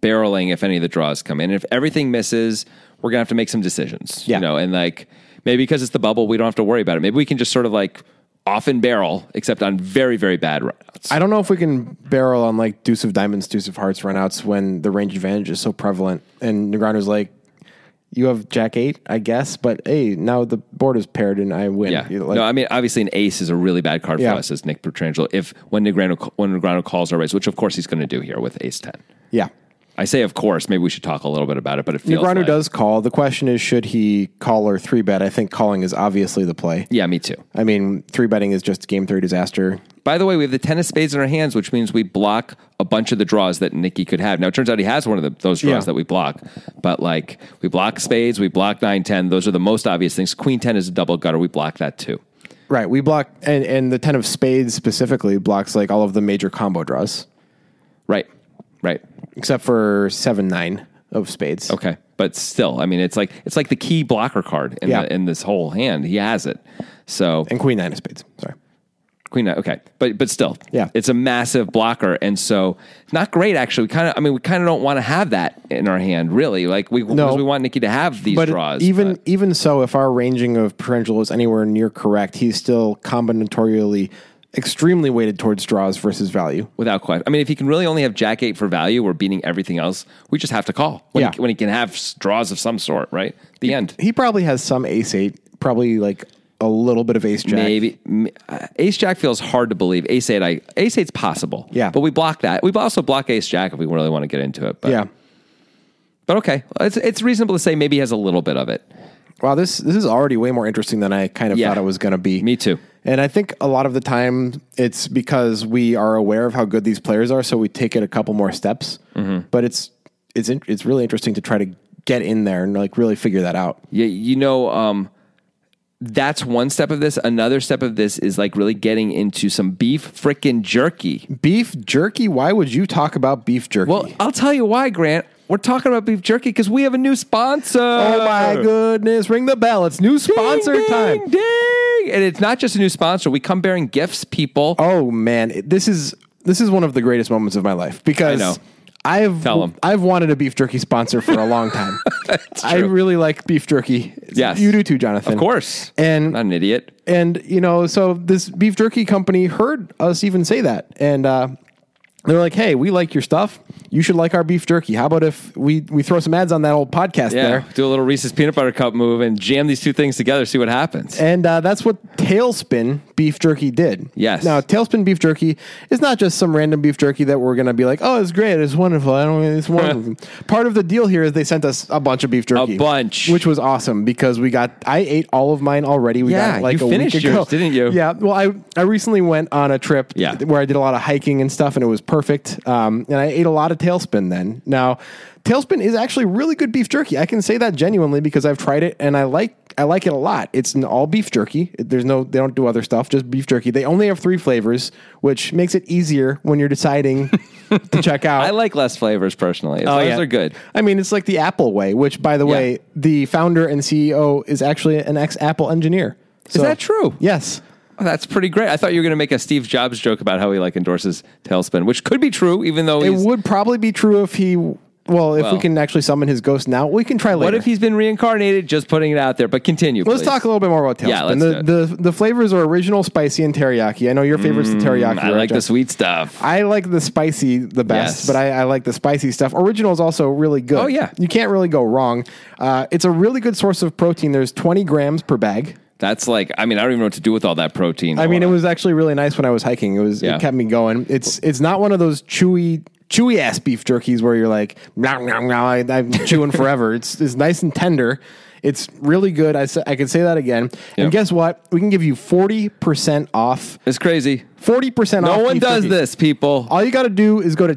S1: barreling if any of the draws come in. And if everything misses, we're gonna have to make some decisions.
S2: Yeah.
S1: You know, and like maybe because it's the bubble, we don't have to worry about it. Maybe we can just sort of like off and barrel, except on very, very bad routes.
S2: I don't know if we can barrel on like deuce of diamonds, deuce of hearts runouts when the range advantage is so prevalent. And Negreanu's like, you have jack eight, I guess, but hey, now the board is paired and I win.
S1: yeah.
S2: You know, like-
S1: no, I mean, obviously, an ace is a really bad card
S2: Yeah.
S1: for us as Nick Petrangelo. If when Negrano, when Negrano calls our raise, which of course he's going to do here with ace 10.
S2: yeah.
S1: I say, of course, maybe we should talk a little bit about it, but it feels
S2: Negreanu
S1: like-
S2: does call. The question is, should he call or three bet? I think calling is obviously the play.
S1: Yeah, me too.
S2: I mean, three betting is just game three disaster.
S1: By the way, we have the ten of spades in our hands, which means we block a bunch of the draws that Nikki could have. Now, it turns out he has one of the, those draws
S2: Yeah.
S1: that we block, but like we block spades, we block nine ten. Those are the most obvious things. Queen ten is a double gutter. We block that too.
S2: Right. We block, and, and the 10 of spades specifically blocks like all of the major combo draws,
S1: Right, right.
S2: except for seven, nine of spades.
S1: Okay, but still, I mean, it's like it's like the key blocker card in,
S2: Yeah.
S1: the, in this whole hand. He has it. So
S2: And queen nine of spades. Sorry.
S1: Queen nine. Okay, but but still,
S2: Yeah.
S1: it's a massive blocker, and so not great actually. Kind of, I mean, we kind of don't want to have that in our hand, really. Like we, 'cause
S2: No.
S1: we want Nikki to have these
S2: but
S1: draws.
S2: even
S1: but-
S2: even so, if our ranging of Petrangelo is anywhere near correct, he's still combinatorially extremely weighted towards draws versus value.
S1: without question. I mean, if he can really only have Jack eight for value, we're beating everything else. We just have to call when,
S2: Yeah.
S1: he, when he can have s- draws of some sort, right? The end.
S2: He probably has some ace eight, probably like a little bit of ace jack.
S1: Maybe m- uh, Ace Jack feels hard to believe. Ace eight, I Ace eight's possible.
S2: Yeah.
S1: but we block that. We also block Ace Jack if we really want to get into it. But,
S2: Yeah.
S1: but okay, it's it's reasonable to say maybe he has a little bit of it.
S2: Wow, this this is already way more interesting than I kind of
S1: Yeah.
S2: thought it was going to be.
S1: Me too.
S2: And I think a lot of the time it's because we are aware of how good these players are, so we take it a couple more steps.
S1: Mm-hmm.
S2: But it's it's in, it's really interesting to try to get in there and like really figure that out.
S1: Yeah, you know, um, that's one step of this. Another step of this is like really getting into some beef frickin' jerky.
S2: Beef jerky? Why would you talk about beef jerky?
S1: Well, I'll tell you why, Grant. We're talking about beef jerky because we have a new sponsor.
S2: oh my goodness! Ring the bell. It's new sponsor
S1: ding,
S2: time.
S1: Ding, ding. And it's not just a new sponsor. We come bearing gifts, people.
S2: Oh man, It- this is this is one of the greatest moments of my life because
S1: I know.
S2: have
S1: Tell 'em.
S2: I've wanted a beef jerky sponsor for a long time. I
S1: true.
S2: really like beef jerky.
S1: Yes.
S2: you do too, Jonathan.
S1: Of course.
S2: And
S1: not an idiot.
S2: and you know, so this beef jerky company heard us even say that, and uh, they were like, "Hey, we like your stuff. You should like our beef jerky. How about if we we throw some ads on that old podcast
S1: Yeah.
S2: there?"
S1: Do a little Reese's peanut butter cup move and jam these two things together, see what happens.
S2: And uh, that's what Tailspin beef jerky did.
S1: Yes.
S2: Now, Tailspin beef jerky is not just some random beef jerky that we're going to be like, oh, it's great. It's wonderful. I don't it's wonderful. Part of the deal here is they sent us a bunch of beef jerky.
S1: bunch.
S2: Which was awesome because we got, I ate all of mine already. We
S1: Yeah,
S2: got like
S1: you
S2: a
S1: finished
S2: week ago.
S1: yours, didn't you?
S2: Yeah. Well, I, I recently went on a trip
S1: Yeah.
S2: where I did a lot of hiking and stuff and it was perfect. Um, and I ate a lot of Tailspin then. Now, Tailspin is actually really good beef jerky. I can say that genuinely because I've tried it and I like I like it a lot. It's an all beef jerky. There's no they don't do other stuff, just beef jerky. They only have three flavors, which makes it easier when you're deciding to check out.
S1: I like less flavors personally.
S2: Oh,
S1: As long as they're good.
S2: I mean, it's like the E Apple way, which by the way, the founder and CEO is actually an ex Apple engineer.
S1: Is that true?
S2: Yes.
S1: Oh, that's pretty great. I thought you were going to make a Steve Jobs joke about how he like endorses Tailspin, which could be true, even though
S2: It
S1: he's,
S2: would probably be true if he. Well, if
S1: Well.
S2: we can actually summon his ghost now, we can try later.
S1: what if he's been reincarnated? Just putting it out there, but continue.
S2: Let's
S1: please.
S2: talk a little bit more about Tailspin.
S1: Yeah, let's
S2: the, the the flavors are original, spicy, and teriyaki. I know your favorite's the teriyaki.
S1: Mm, I
S2: right,
S1: like
S2: Jeff?
S1: the sweet stuff.
S2: I like the spicy the best,
S1: Yes.
S2: but I, I like the spicy stuff. Original is also really good.
S1: Oh, yeah.
S2: you can't really go wrong. Uh, it's a really good source of protein. There's 20 grams per bag.
S1: That's like, I mean, I don't even know what to do with all that protein.
S2: I mean, it was actually really nice when I was hiking. It was
S1: Yeah.
S2: it kept me going. It's it's not one of those chewy chewy ass beef jerkies where you're like, nah, nah, nah, I, I'm chewing forever. It's it's nice and tender. It's really good. I, sa- I could say that again.
S1: Yeah.
S2: And guess what? We can give you 40% off.
S1: it's crazy.
S2: 40% off.
S1: No one
S2: beef
S1: does
S2: jerky.
S1: this, people.
S2: All you got to do is go to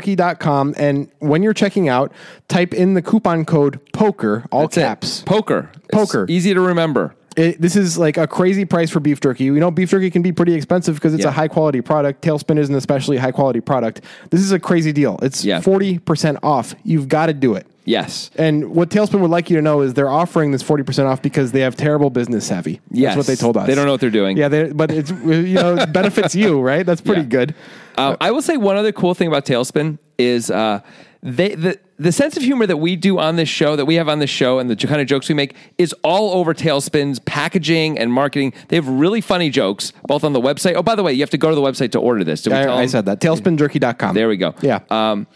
S2: tailspinjerky.com and when you're checking out, type in the coupon code POKER, all
S1: That's it.
S2: caps.
S1: Poker. It's
S2: Poker.
S1: easy to remember.
S2: It, this is like a crazy price for beef jerky. We know beef jerky can be pretty expensive because it's
S1: Yeah.
S2: a high quality product. Tailspin is an especially high quality product. This is a crazy deal. It's
S1: Yeah.
S2: 40% off. You've got to do it.
S1: Yes.
S2: And what Tailspin would like you to know is they're offering this 40% off because they have terrible business savvy.
S1: Yes.
S2: That's what they told us.
S1: They don't know what they're doing.
S2: Yeah, they, but it's, you know, it benefits you, right? That's pretty
S1: Yeah.
S2: good.
S1: Um, I will say one other cool thing about Tailspin is uh, they, the the sense of humor that we do on this show, that we have on this show, and the kind of jokes we make is all over Tailspin's packaging and marketing. They have really funny jokes both on the website. Oh, by the way, you have to go to the website to order this. Did we
S2: I,
S1: tell
S2: I
S1: them?
S2: said that. Tailspinjerky.com.
S1: There we go.
S2: Yeah.
S1: Um,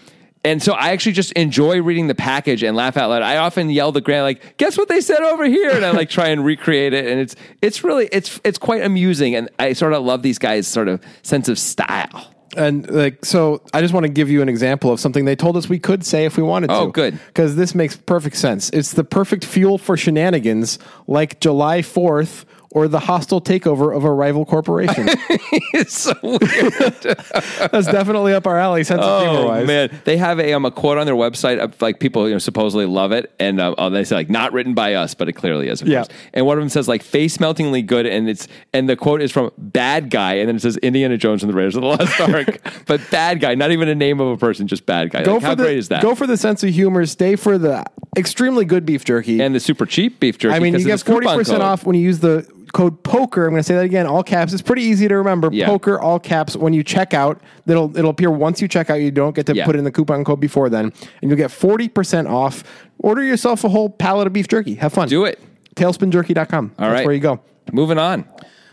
S1: and so I actually just enjoy reading the package and laugh out loud. I often yell to Grant like, "Guess what they said over here?" And I like try and recreate it, and it's it's really it's it's quite amusing, and I sort of love these guys' sort of sense of style.
S2: And like, so I just want to give you an example of something they told us we could say if we wanted to.
S1: Oh, good.
S2: Because this makes perfect sense. It's the perfect fuel for shenanigans like July 4th or the hostile takeover of a rival corporation.
S1: it's so weird.
S2: That's definitely up our alley, sense of humor
S1: Oh
S2: wise.
S1: man, they have a um, a quote on their website of like people you know supposedly love it, and um, oh, they say like not written by us, but it clearly is. Of
S2: Yeah.
S1: course. And one of them says like face meltingly good, and it's and the quote is from Bad Guy, and then it says Indiana Jones and the Raiders of the Lost Ark, but Bad Guy, not even a name of a person, just Bad Guy.
S2: Go
S1: Like,
S2: for
S1: how
S2: the,
S1: great is that?
S2: Go for the sense of humor. Stay for the extremely good beef jerky.
S1: and the super cheap beef jerky.
S2: I mean, you
S1: 'cause of
S2: get
S1: this coupon
S2: 40%
S1: code.
S2: off when you use the code poker. I'm going to say that again, all caps. It's pretty easy to remember.
S1: Yeah.
S2: Poker, all caps. When you check out, it'll, it'll appear once you check out. You don't get to
S1: Yeah.
S2: put in the coupon code before then. And you'll get 40% off. Order yourself a whole pallet of beef jerky. Have fun.
S1: Do it.
S2: Tailspinjerky.com.
S1: All
S2: That's
S1: right.
S2: where you go.
S1: Moving on.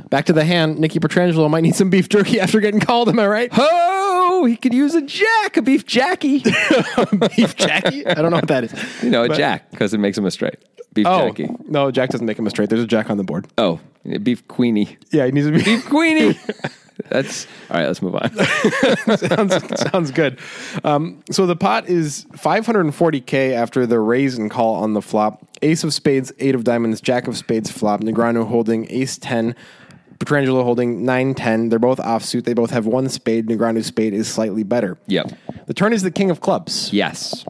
S2: Back to the hand. Nikki Petrangelo might need some beef jerky after getting called. Am I right?
S1: Oh, he could use a jack, a beef jackie.
S2: beef Jackie? I don't know what that is.
S1: you know, a
S2: But-
S1: jack because it makes him a straight beef
S2: Oh,
S1: jackie.
S2: no, Jack doesn't make him a straight. There's a Jack on the board.
S1: Oh, beef queenie.
S2: Yeah, he needs to be.
S1: Queenie. That's all right. Let's move on.
S2: sounds sounds good. Um, so the pot is 540k after the raise and call on the flop. Ace of spades, eight of diamonds, jack of spades flop. Negrano holding ace ten. Petrangelo holding nine ten. They're both offsuit. They both have one spade. Negrano's spade is slightly better.
S1: Yep.
S2: The turn is the king of clubs.
S1: Yes.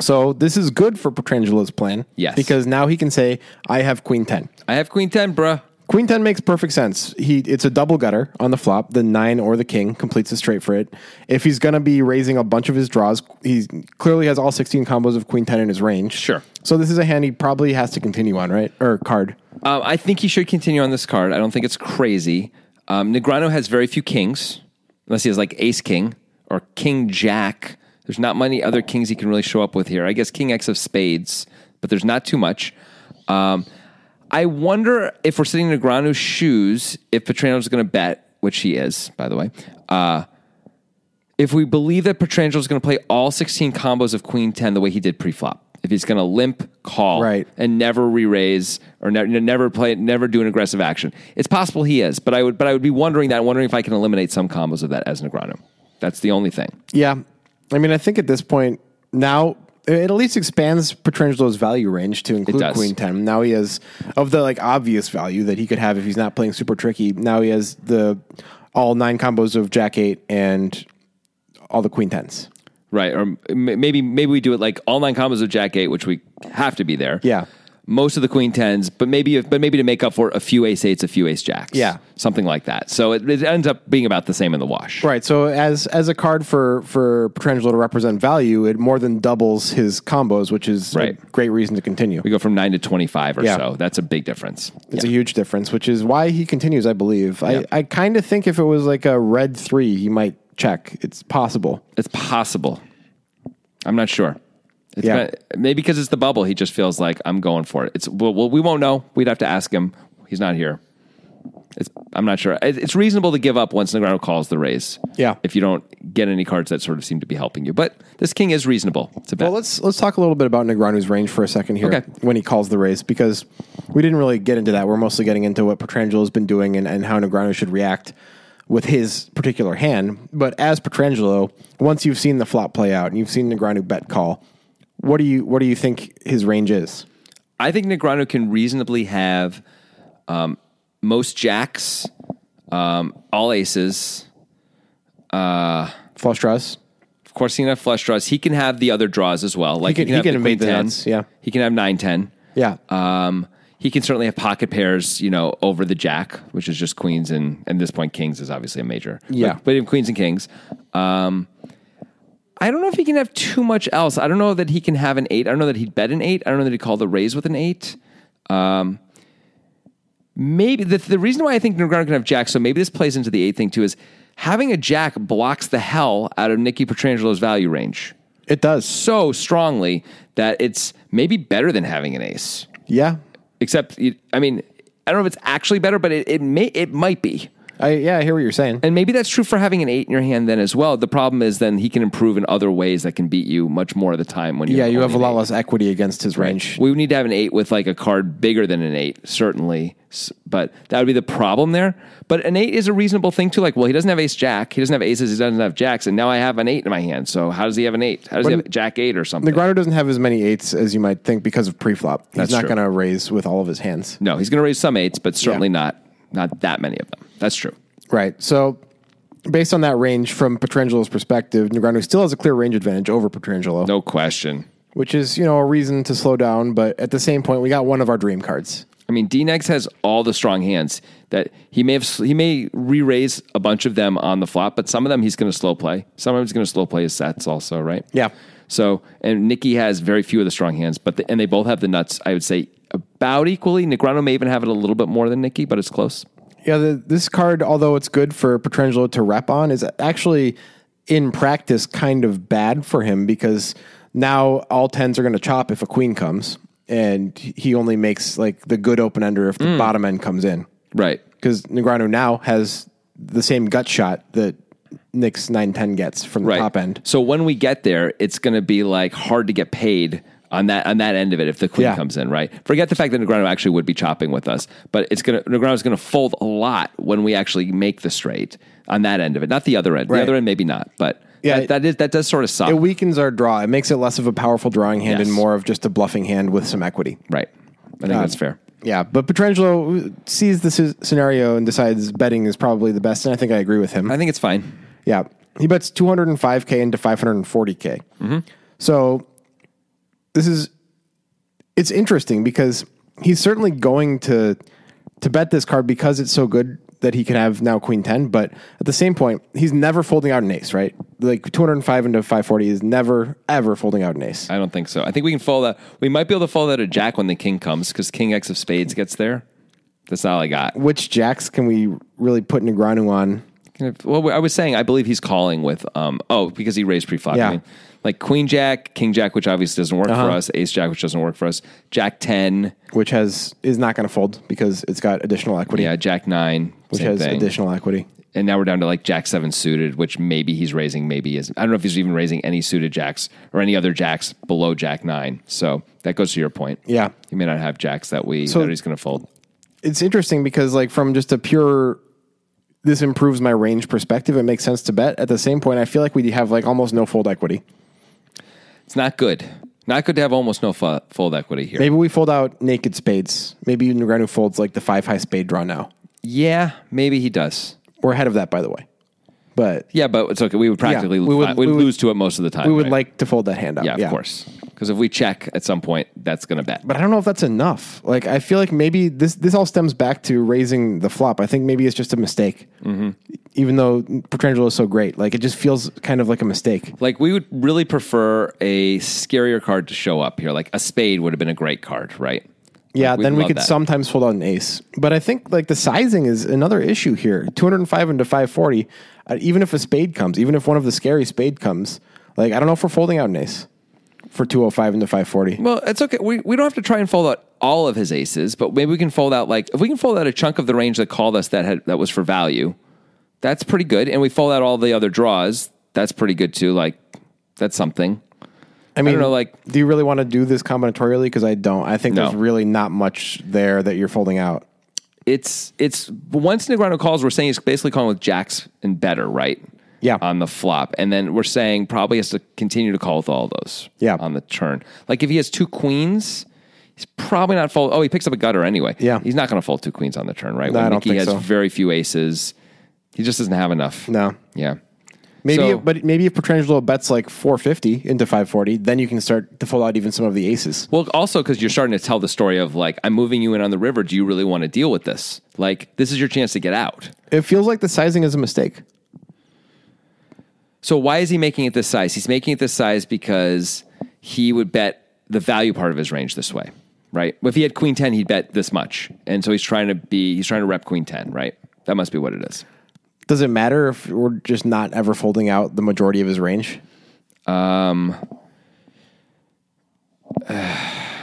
S2: So this is good for Petrangelo's plan.
S1: Yes.
S2: Because now he can say, I have queen ten.
S1: I have queen ten, bruh.
S2: Queen ten makes perfect sense. He it's a double gutter on the flop. The nine or the king completes a straight for it. If he's going to be raising a bunch of his draws, he clearly has all sixteen combos of queen ten in his range.
S1: Sure.
S2: So this is a hand he probably has to continue on, right? Or card.
S1: Um, I think he should continue on this card. I don't think it's crazy. Um, Negrano has very few kings, unless he has like ace king or king jack. There's not many other kings he can really show up with here. I guess king x of spades, but there's not too much. Um, I wonder if we're sitting in Negrano's shoes, if Petrano's going to bet, which he is, by the way. Uh, if we believe that Petrangelo is going to play all 16 combos of Queen 10 the way he did pre-flop, if he's going to limp call
S2: Right.
S1: and never re-raise or ne- ne- never play, never do an aggressive action, it's possible he is. But I would, but I would be wondering that, wondering if I can eliminate some combos of that as Negrano. That's the only thing.
S2: Yeah. I mean, I think at this point now it at least expands Petrangelo's value range to include
S1: does.
S2: queen ten. Now he has of the like obvious value that he could have if he's not playing super tricky. Now he has the all nine combos of jack eight and all the queen tens.
S1: Right. Or m- maybe maybe we do it like all nine combos of Jack Eight, which we have to be there.
S2: Yeah.
S1: most of the queen tens, but maybe but maybe to make up for it, a few ace eights, a few ace jacks,
S2: Yeah.
S1: something like that. So it, it ends up being about the same in the wash.
S2: Right. So as as a card for for Petrangelo to represent value, it more than doubles his combos, which is
S1: Right.
S2: a great reason to continue.
S1: We go from nine to twenty five or
S2: Yeah.
S1: so. That's a big difference.
S2: It's a huge difference, which is why he continues, I believe. I, I kind of think if it was like a red three, he might check. It's possible.
S1: It's possible. I'm not sure. It's
S2: Yeah.
S1: kinda- maybe because it's the bubble, he just feels like I'm going for it. It's well, well, we won't know. We'd have to ask him. He's not here. It's, I'm not sure. It- It's reasonable to give up once Negreanu calls the raise.
S2: Yeah.
S1: If you don't get any cards that sort of seem to be helping you, but this king is reasonable. It's a bet.
S2: Well, let's let's talk a little bit about Negreanu's range for a second here
S1: Okay.
S2: when he calls the race because we didn't really get into that. We're mostly getting into what Petrangelo has been doing and, and how Negreanu should react with his particular hand. But as Petrangelo, once you've seen the flop play out and you've seen Negreanu bet call, what do you what do you think his range is?
S1: I think Negreanu can reasonably have um, most jacks, um, all aces.
S2: Flush draws.
S1: Of course, he can have flush draws. He can have the other draws as well. Like he
S2: can-
S1: can,
S2: he
S1: have
S2: can
S1: the
S2: invade
S1: queen
S2: the
S1: ten.
S2: nuts, yeah.
S1: he can have nine ten.
S2: Yeah.
S1: Um, he can certainly have pocket pairs, you know, over the jack, which is just queens and at this point kings is obviously a major.
S2: Yeah.
S1: but, but even queens and kings. Um, I don't know if he can have too much else. I don't know that he can have an eight. I don't know that he'd bet an eight. I don't know that he'd call the raise with an eight. Um, maybe the, the reason why I think Nurgarden can have jack, so maybe this plays into the eight thing too, is having a jack blocks the hell out of Nicky Petrangelo's value range
S2: it does.
S1: so strongly that it's maybe better than having an ace
S2: Yeah.
S1: except you- I mean, I don't know if it's actually better, but it, it may it might be.
S2: I yeah, I hear what you're saying.
S1: And maybe that's true for having an eight in your hand then as well. The problem is then he can improve in other ways that can beat you much more of the time when you
S2: yeah, you have a
S1: only
S2: lot
S1: an
S2: less equity against his
S1: eight.
S2: range.
S1: We would need to have an eight with like a card bigger than an eight, certainly. S- But that would be the problem there. But an eight is a reasonable thing too. Like, well, he doesn't have ace jack, he doesn't have aces, he doesn't have jacks, and now I have an eight in my hand. So how does he have an eight? How does he
S2: But-
S1: have jack eight or something?
S2: Negreanu doesn't have as many eights as you might think because of preflop. He's
S1: That's
S2: not
S1: true.
S2: going to raise with all of his hands.
S1: no, he's going to raise some eights, but certainly not not that many of them. That's true.
S2: Right. So, based on that range from Petrangelo's perspective, Negreanu still has a clear range advantage over Petrangelo,
S1: No question.
S2: which is, you know, a reason to slow down. But at the same point, we got one of our dream cards.
S1: I mean, Dnex has all the strong hands that he may have. He may re-raise a bunch of them on the flop, but some of them he's going to slow play. Some of them he's going to slow play his sets also, right?
S2: Yeah.
S1: So and Nikki has very few of the strong hands, but the, and they both have the nuts. I would say about equally. Negrano may even have it a little bit more than Nikki, but it's close.
S2: Yeah, the, this card, although it's good for Petrangelo to rep on, is actually in practice kind of bad for him because now all tens are going to chop if a queen comes, and he only makes like the good open ender if the bottom end comes in.
S1: Right.
S2: because Negreanu now has the same gut shot that Nick's nine ten gets from the
S1: Right.
S2: top end.
S1: So when we get there, it's going to be like hard to get paid on that on that end of it if the queen
S2: Yeah.
S1: comes in, right? Forget the fact that Negreanu actually would be chopping with us, but it's going to Negreanu's going to fold a lot when we actually make the straight on that end of it, not the other end.
S2: Right.
S1: The other end maybe not, but yeah,
S2: Yeah,
S1: that, that is that does sort of suck,
S2: It weakens our draw. It makes it less of a powerful drawing hand
S1: Yes.
S2: and more of just a bluffing hand with some equity.
S1: right? I think that's fair.
S2: Yeah, but Petrangelo sees this is- scenario and decides betting is probably the best, and I think I agree with him.
S1: I think it's fine.
S2: Yeah, he bets 205k into 540k.
S1: Mm-hmm.
S2: So this is it's interesting because he's certainly going to to bet this card because it's so good that he can have now queen 10 but at the same point he's never folding out an ace right like 205 into 540 is never ever folding out an ace
S1: I don't think so. I think we can fold that. We might be able to fold out a jack when the king comes because King X of Spades gets there. That's all I got.
S2: which jacks can we really put Negreanu on
S1: Kind of- Well, I was saying, I believe he's calling with, um, oh, because he raised pre flop.
S2: Yeah. Uh-huh.
S1: I mean, like Queen Jack, King Jack, which obviously doesn't work for us, Ace Jack, which doesn't work for us, Jack 10,
S2: which has is not going to fold because it's got additional equity
S1: yeah, Jack 9,
S2: which
S1: same
S2: has
S1: thing.
S2: additional equity
S1: And now we're down to like Jack 7 suited, which maybe he's raising, maybe he isn't. I don't know if he's even raising any suited Jacks or any other Jacks below Jack 9. So that goes to your point.
S2: Yeah.
S1: He may not have Jacks that we, that he's going to fold.
S2: it's interesting because like from just a pure this improves my range perspective it makes sense to bet at the same point i feel like we have like almost no fold equity
S1: It's not good. Not good to have almost no fo- fold equity here.
S2: maybe we fold out naked spades maybe Negreanu folds like the five high spade draw now
S1: Yeah, maybe he does.
S2: we're ahead of that by the way but
S1: Yeah, but it's okay. We would practically
S2: we
S1: we'd
S2: would- we would-
S1: lose to it most of the time.
S2: we would
S1: right?
S2: like to fold that hand out
S1: Yeah, of course. Because if we check at some point, that's going to bet.
S2: But I don't know if that's enough. Like I feel like maybe this this all stems back to raising the flop. I think maybe it's just a mistake.
S1: Mm-hmm.
S2: Even though Petrangelo is so great, like it just feels kind of like a mistake.
S1: Like we would really prefer a scarier card to show up here. Like a spade would have been a great card, right?
S2: Yeah,
S1: Like, we'd
S2: then we
S1: love
S2: could
S1: that.
S2: sometimes hold out an ace. But I think like the sizing is another issue here. 205 into 540, uh, even if a spade comes, even if one of the scary spade comes, like I don't know if we're folding out an ace for 205 into 540.
S1: Well, it's okay. We, we don't have to try and fold out all of his aces, but maybe we can fold out like if we can fold out a chunk of the range that called us that had that was for value, that's pretty good. And we fold out all the other draws, that's pretty good too. Like that's something.
S2: I mean,
S1: know, like-
S2: do you really want to do this combinatorially? Because I don't. I think
S1: No.
S2: there's really not much there that you're folding out.
S1: It's it's once Negrano calls, we're saying he's basically calling with jacks and better, right?
S2: Yeah.
S1: On the flop. And then we're saying probably has to continue to call with all those.
S2: Yeah.
S1: On the turn. Like if he has two queens, he's probably not fold. Oh, he picks up a gutter anyway.
S2: Yeah.
S1: He's not going to fold two queens on the turn, right?
S2: No, I don't
S1: Nicky
S2: think
S1: has
S2: so.
S1: very few aces. He just doesn't have enough.
S2: No.
S1: Yeah.
S2: Maybe,
S1: So-
S2: but maybe if Petrangelo bets like 450 into 540, then you can start to fold out even some of the aces.
S1: Well, also because you're starting to tell the story of like, I'm moving you in on the river. Do you really want to deal with this? Like, this is your chance to get out.
S2: It feels like the sizing is a mistake.
S1: So why is he making it this size? He's making it this size because he would bet the value part of his range this way, right? If he had queen 10, he'd bet this much. And so he's trying to be he's trying to rep queen 10, right? That must be what it is.
S2: Does it matter if we're just not ever folding out the majority of his range?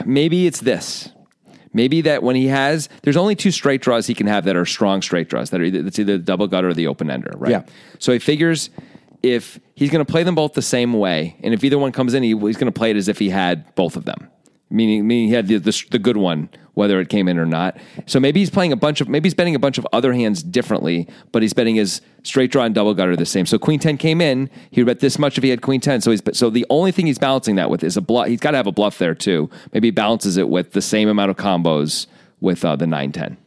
S1: Maybe it's this. Maybe that when he has, there's only two straight draws he can have that are strong straight draws that are either, it's either the double gutter or the open ender, right?
S2: Yeah.
S1: So he figures if he's going to play them both the same way, and if either one comes in, he, he's going to play it as if he had both of them, meaning meaning he had the, the the good one, whether it came in or not. So maybe he's playing a bunch of maybe he's betting a bunch of other hands differently, but he's betting his straight draw and double gutter the same. So queen ten came in, he would bet this much if he had queen ten. So he's so the only thing he's balancing that with is a bluff. He's got to have a bluff there too. Maybe he balances it with the same amount of combos with uh, the nine ten.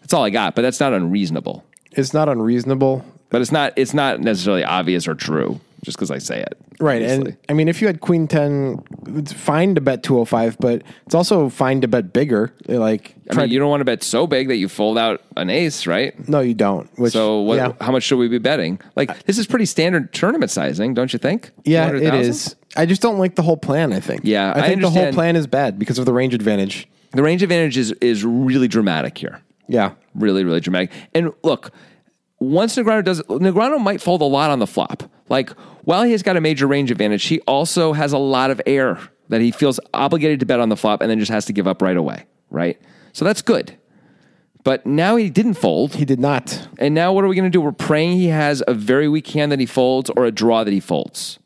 S1: That's all I got, but that's not unreasonable
S2: It's not unreasonable.
S1: but it's not it's not necessarily obvious or true just because I say it.
S2: Right.
S1: obviously.
S2: And I mean, if you had queen 10, it's fine to bet 205, but it's also fine to bet bigger. Like,
S1: I mean, you don't want to bet so big that you fold out an ace, right?
S2: no, you don't. Which,
S1: So what,
S2: yeah.
S1: how much should we be betting? Like this is pretty standard tournament sizing, don't you think?
S2: Yeah, it
S1: 200,000?
S2: is. I just don't like the whole plan. I think.
S1: Yeah, I
S2: I think the whole
S1: understand.
S2: plan is bad because of the range advantage.
S1: The range advantage is is really dramatic here.
S2: Yeah,
S1: really, really dramatic. And look, once Negrano does, Negrano might fold a lot on the flop. Like, while he has got a major range advantage, he also has a lot of air that he feels obligated to bet on the flop and then just has to give up right away, right? So that's good. But now he didn't fold.
S2: he did not.
S1: And now what are we going to do? We're praying he has a very weak hand that he folds or a draw that he folds.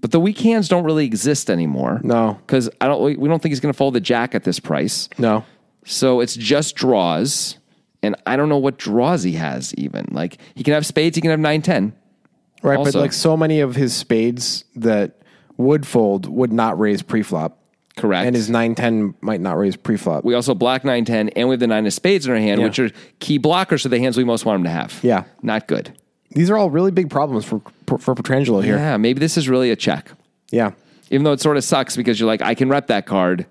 S1: But the weak hands don't really exist anymore.
S2: No.
S1: Because I don't, we we don't think he's going to fold the jack at this price.
S2: No,
S1: So it's just draws, and I don't know what draws he has even. Like he can have spades, he can have nine ten.
S2: right.
S1: Also-
S2: but like so many of his spades that would fold would not raise preflop,
S1: Correct.
S2: and his nine ten might not raise preflop.
S1: we also block nine ten, and we have the nine of spades in our hand,
S2: Yeah.
S1: which are key blockers to the hands we most want him to have.
S2: Yeah.
S1: not good.
S2: These are all really big problems for for Petrangelo here.
S1: Yeah, maybe this is really a check,
S2: Yeah.
S1: even though it sort of sucks because you're like, I can rep that card,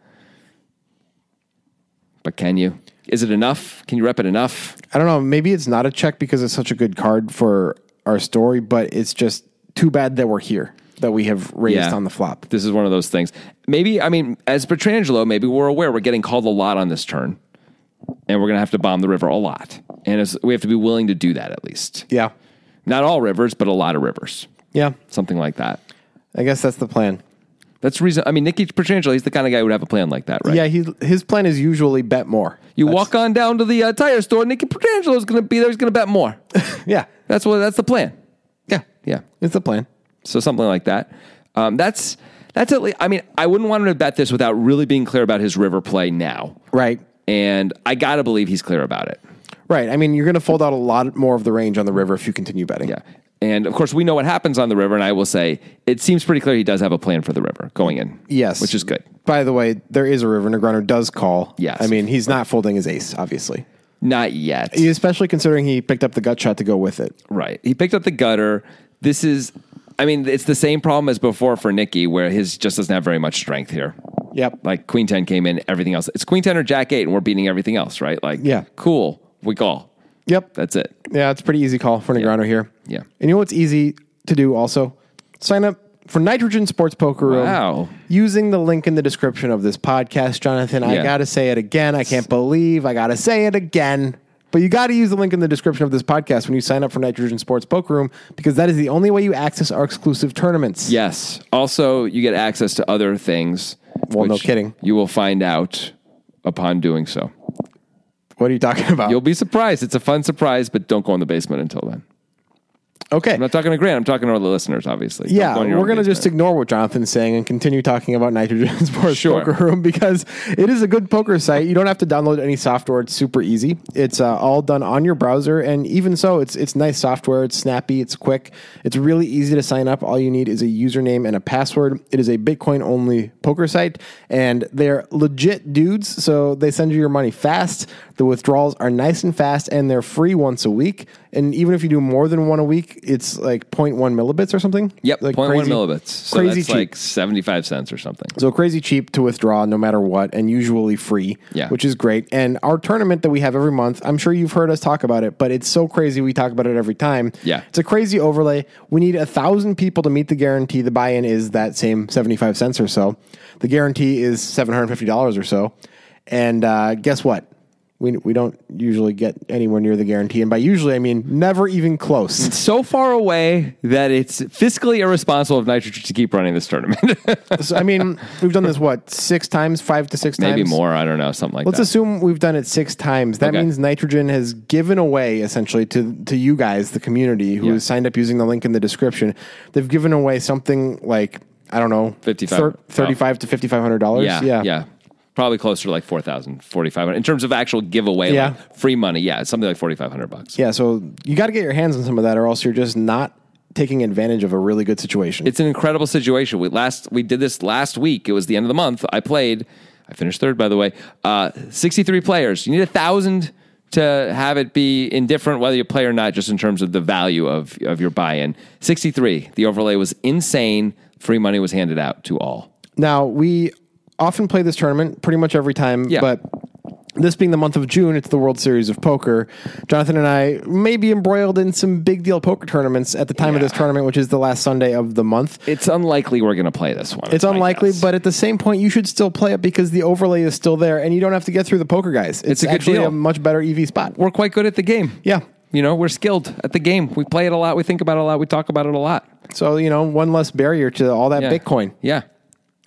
S1: but can you? Is it enough? Can you rep it enough?
S2: I don't know. Maybe it's not a check because it's such a good card for our story, but it's just too bad that we're here that we have raised
S1: Yeah.
S2: on the flop.
S1: This is one of those things. Maybe I mean, as Petrangelo, maybe we're aware we're getting called a lot on this turn, and we're gonna have to bomb the river a lot, and it's, we have to be willing to do that at least.
S2: Yeah.
S1: Not all rivers, but a lot of rivers,
S2: Yeah.
S1: something like that.
S2: I guess that's the plan.
S1: That's the reason. I mean, Nicky Petrangelo, he's the kind of guy who would have a plan like that, right?
S2: Yeah, he his plan is usually bet more.
S1: You
S2: That's-
S1: walk on down to the uh, tire store. Nicky Petrangelo's gonna be there. He's gonna bet more.
S2: Yeah.
S1: that's what. That's the plan.
S2: Yeah.
S1: Yeah.
S2: It's the plan.
S1: So something like that. Um, that's that's at least. I mean, I wouldn't want him to bet this without really being clear about his river play now.
S2: Right.
S1: and I gotta believe he's clear about it.
S2: Right. I mean, you're going to fold out a lot more of the range on the river if you continue betting.
S1: Yeah. And of course, we know what happens on the river, and I will say it seems pretty clear he does have a plan for the river going in.
S2: Yes.
S1: Which is good.
S2: By the way, there is a river. Negrano does call.
S1: Yes.
S2: I mean, he's not folding his ace, obviously.
S1: Not yet.
S2: Especially considering he picked up the gut shot to go with it.
S1: right. He picked up the gutter. This is, I mean, it's the same problem as before for Nikki, where his just doesn't have very much strength here.
S2: Yep.
S1: Like Queen Ten came in, everything else. It's Queen Ten or Jack Eight, and we're beating everything else, right? Like,
S2: Yeah.
S1: cool. We call.
S2: Yep.
S1: That's it.
S2: Yeah, it's a pretty easy call for Negrano here.
S1: Yeah.
S2: And you know what's easy to do also? Sign up for Nitrogen Sports Poker Room.
S1: Wow.
S2: Using the link in the description of this podcast, Jonathan. I
S1: Yeah.
S2: got to say it again. I can't believe I got to say it again. But you got to use the link in the description of this podcast when you sign up for Nitrogen Sports Poker Room because that is the only way you access our exclusive tournaments.
S1: Yes. Also, you get access to other things.
S2: Well, no
S1: which
S2: kidding.
S1: You will find out upon doing so.
S2: What are you talking about?
S1: You'll be surprised. It's a fun surprise, but don't go in the basement until then.
S2: okay.
S1: I'm not talking to Grant. I'm talking to all the listeners, obviously. Don't
S2: Yeah,
S1: go in your
S2: we're
S1: own
S2: going to just
S1: basement.
S2: ignore what Jonathan's saying and continue talking about Nitrogen Sports
S1: Sure.
S2: Poker Room because it is a good poker site. You don't have to download any software; it's super easy. It's uh, all done on your browser, and even so, it's it's nice software. It's snappy, it's quick, it's really easy to sign up. All you need is a username and a password. It is a Bitcoin only poker site, and they're legit dudes, so they send you your money fast. The withdrawals are nice and fast, and they're free once a week. And even if you do more than one a week, it's like 0.1 millibits or something.
S1: Yep,
S2: Like
S1: 0.1
S2: crazy-
S1: millibits. So
S2: crazy
S1: that's
S2: cheap.
S1: like 75 cents or something.
S2: so crazy cheap to withdraw no matter what and usually free,
S1: Yeah.
S2: which is great. And our tournament that we have every month, I'm sure you've heard us talk about it, but it's so crazy we talk about it every time.
S1: Yeah.
S2: It's a crazy overlay. We need a thousand people to meet the guarantee. The buy in is that same 75 cents or so. The guarantee is $750 or so. And uh, guess what? We, we don't usually get anywhere near the guarantee. And by usually, I mean never even close.
S1: So far away that it's fiscally irresponsible of Nitrogen to keep running this tournament.
S2: so, I mean, we've done this, what, six times, five to six times?
S1: Maybe more. I don't know. Something like
S2: Let's
S1: that.
S2: assume we've done it six times. That
S1: Okay.
S2: means nitrogen has given away essentially to to you guys, the community who
S1: Yeah.
S2: has signed up using the link in the description. They've given away something like I don't know,
S1: 55.
S2: thir- 35 to fifty five hundred dollars.
S1: Oh. yeah, yeah. Probably closer to like 4,000, 4,500. In terms of actual giveaway,
S2: Yeah.
S1: like free money. Yeah. It's something like 4,500 bucks.
S2: Yeah, So you got to get your hands on some of that, or else you're just not taking advantage of a really good situation.
S1: It's an incredible situation. We last we did this last week. It was the end of the month. I played. I finished third, by the way. Uh, Sixty three players. You need a thousand to have it be indifferent whether you play or not, just in terms of the value of of your buy in. Sixty three. The overlay was insane. Free money was handed out to all.
S2: Now, we often play this tournament pretty much every time,
S1: Yeah.
S2: but this being the month of June, it's the World Series of Poker. Jonathan and I may be embroiled in some big deal poker tournaments at the time of this
S1: Yeah.
S2: tournament, which is the last Sunday of the month.
S1: It's unlikely we're going to play this one.
S2: It's unlikely, but at the same point, you should still play it because the overlay is still there and you don't have to get through the poker guys. It's,
S1: a good
S2: actually
S1: deal.
S2: a much better EV spot.
S1: we're quite good at the game.
S2: Yeah.
S1: You know, we're skilled at the game. We play it a lot. We think about it a lot. We talk about it a lot.
S2: So, you know, one less barrier to all that
S1: Yeah.
S2: Bitcoin.
S1: Yeah.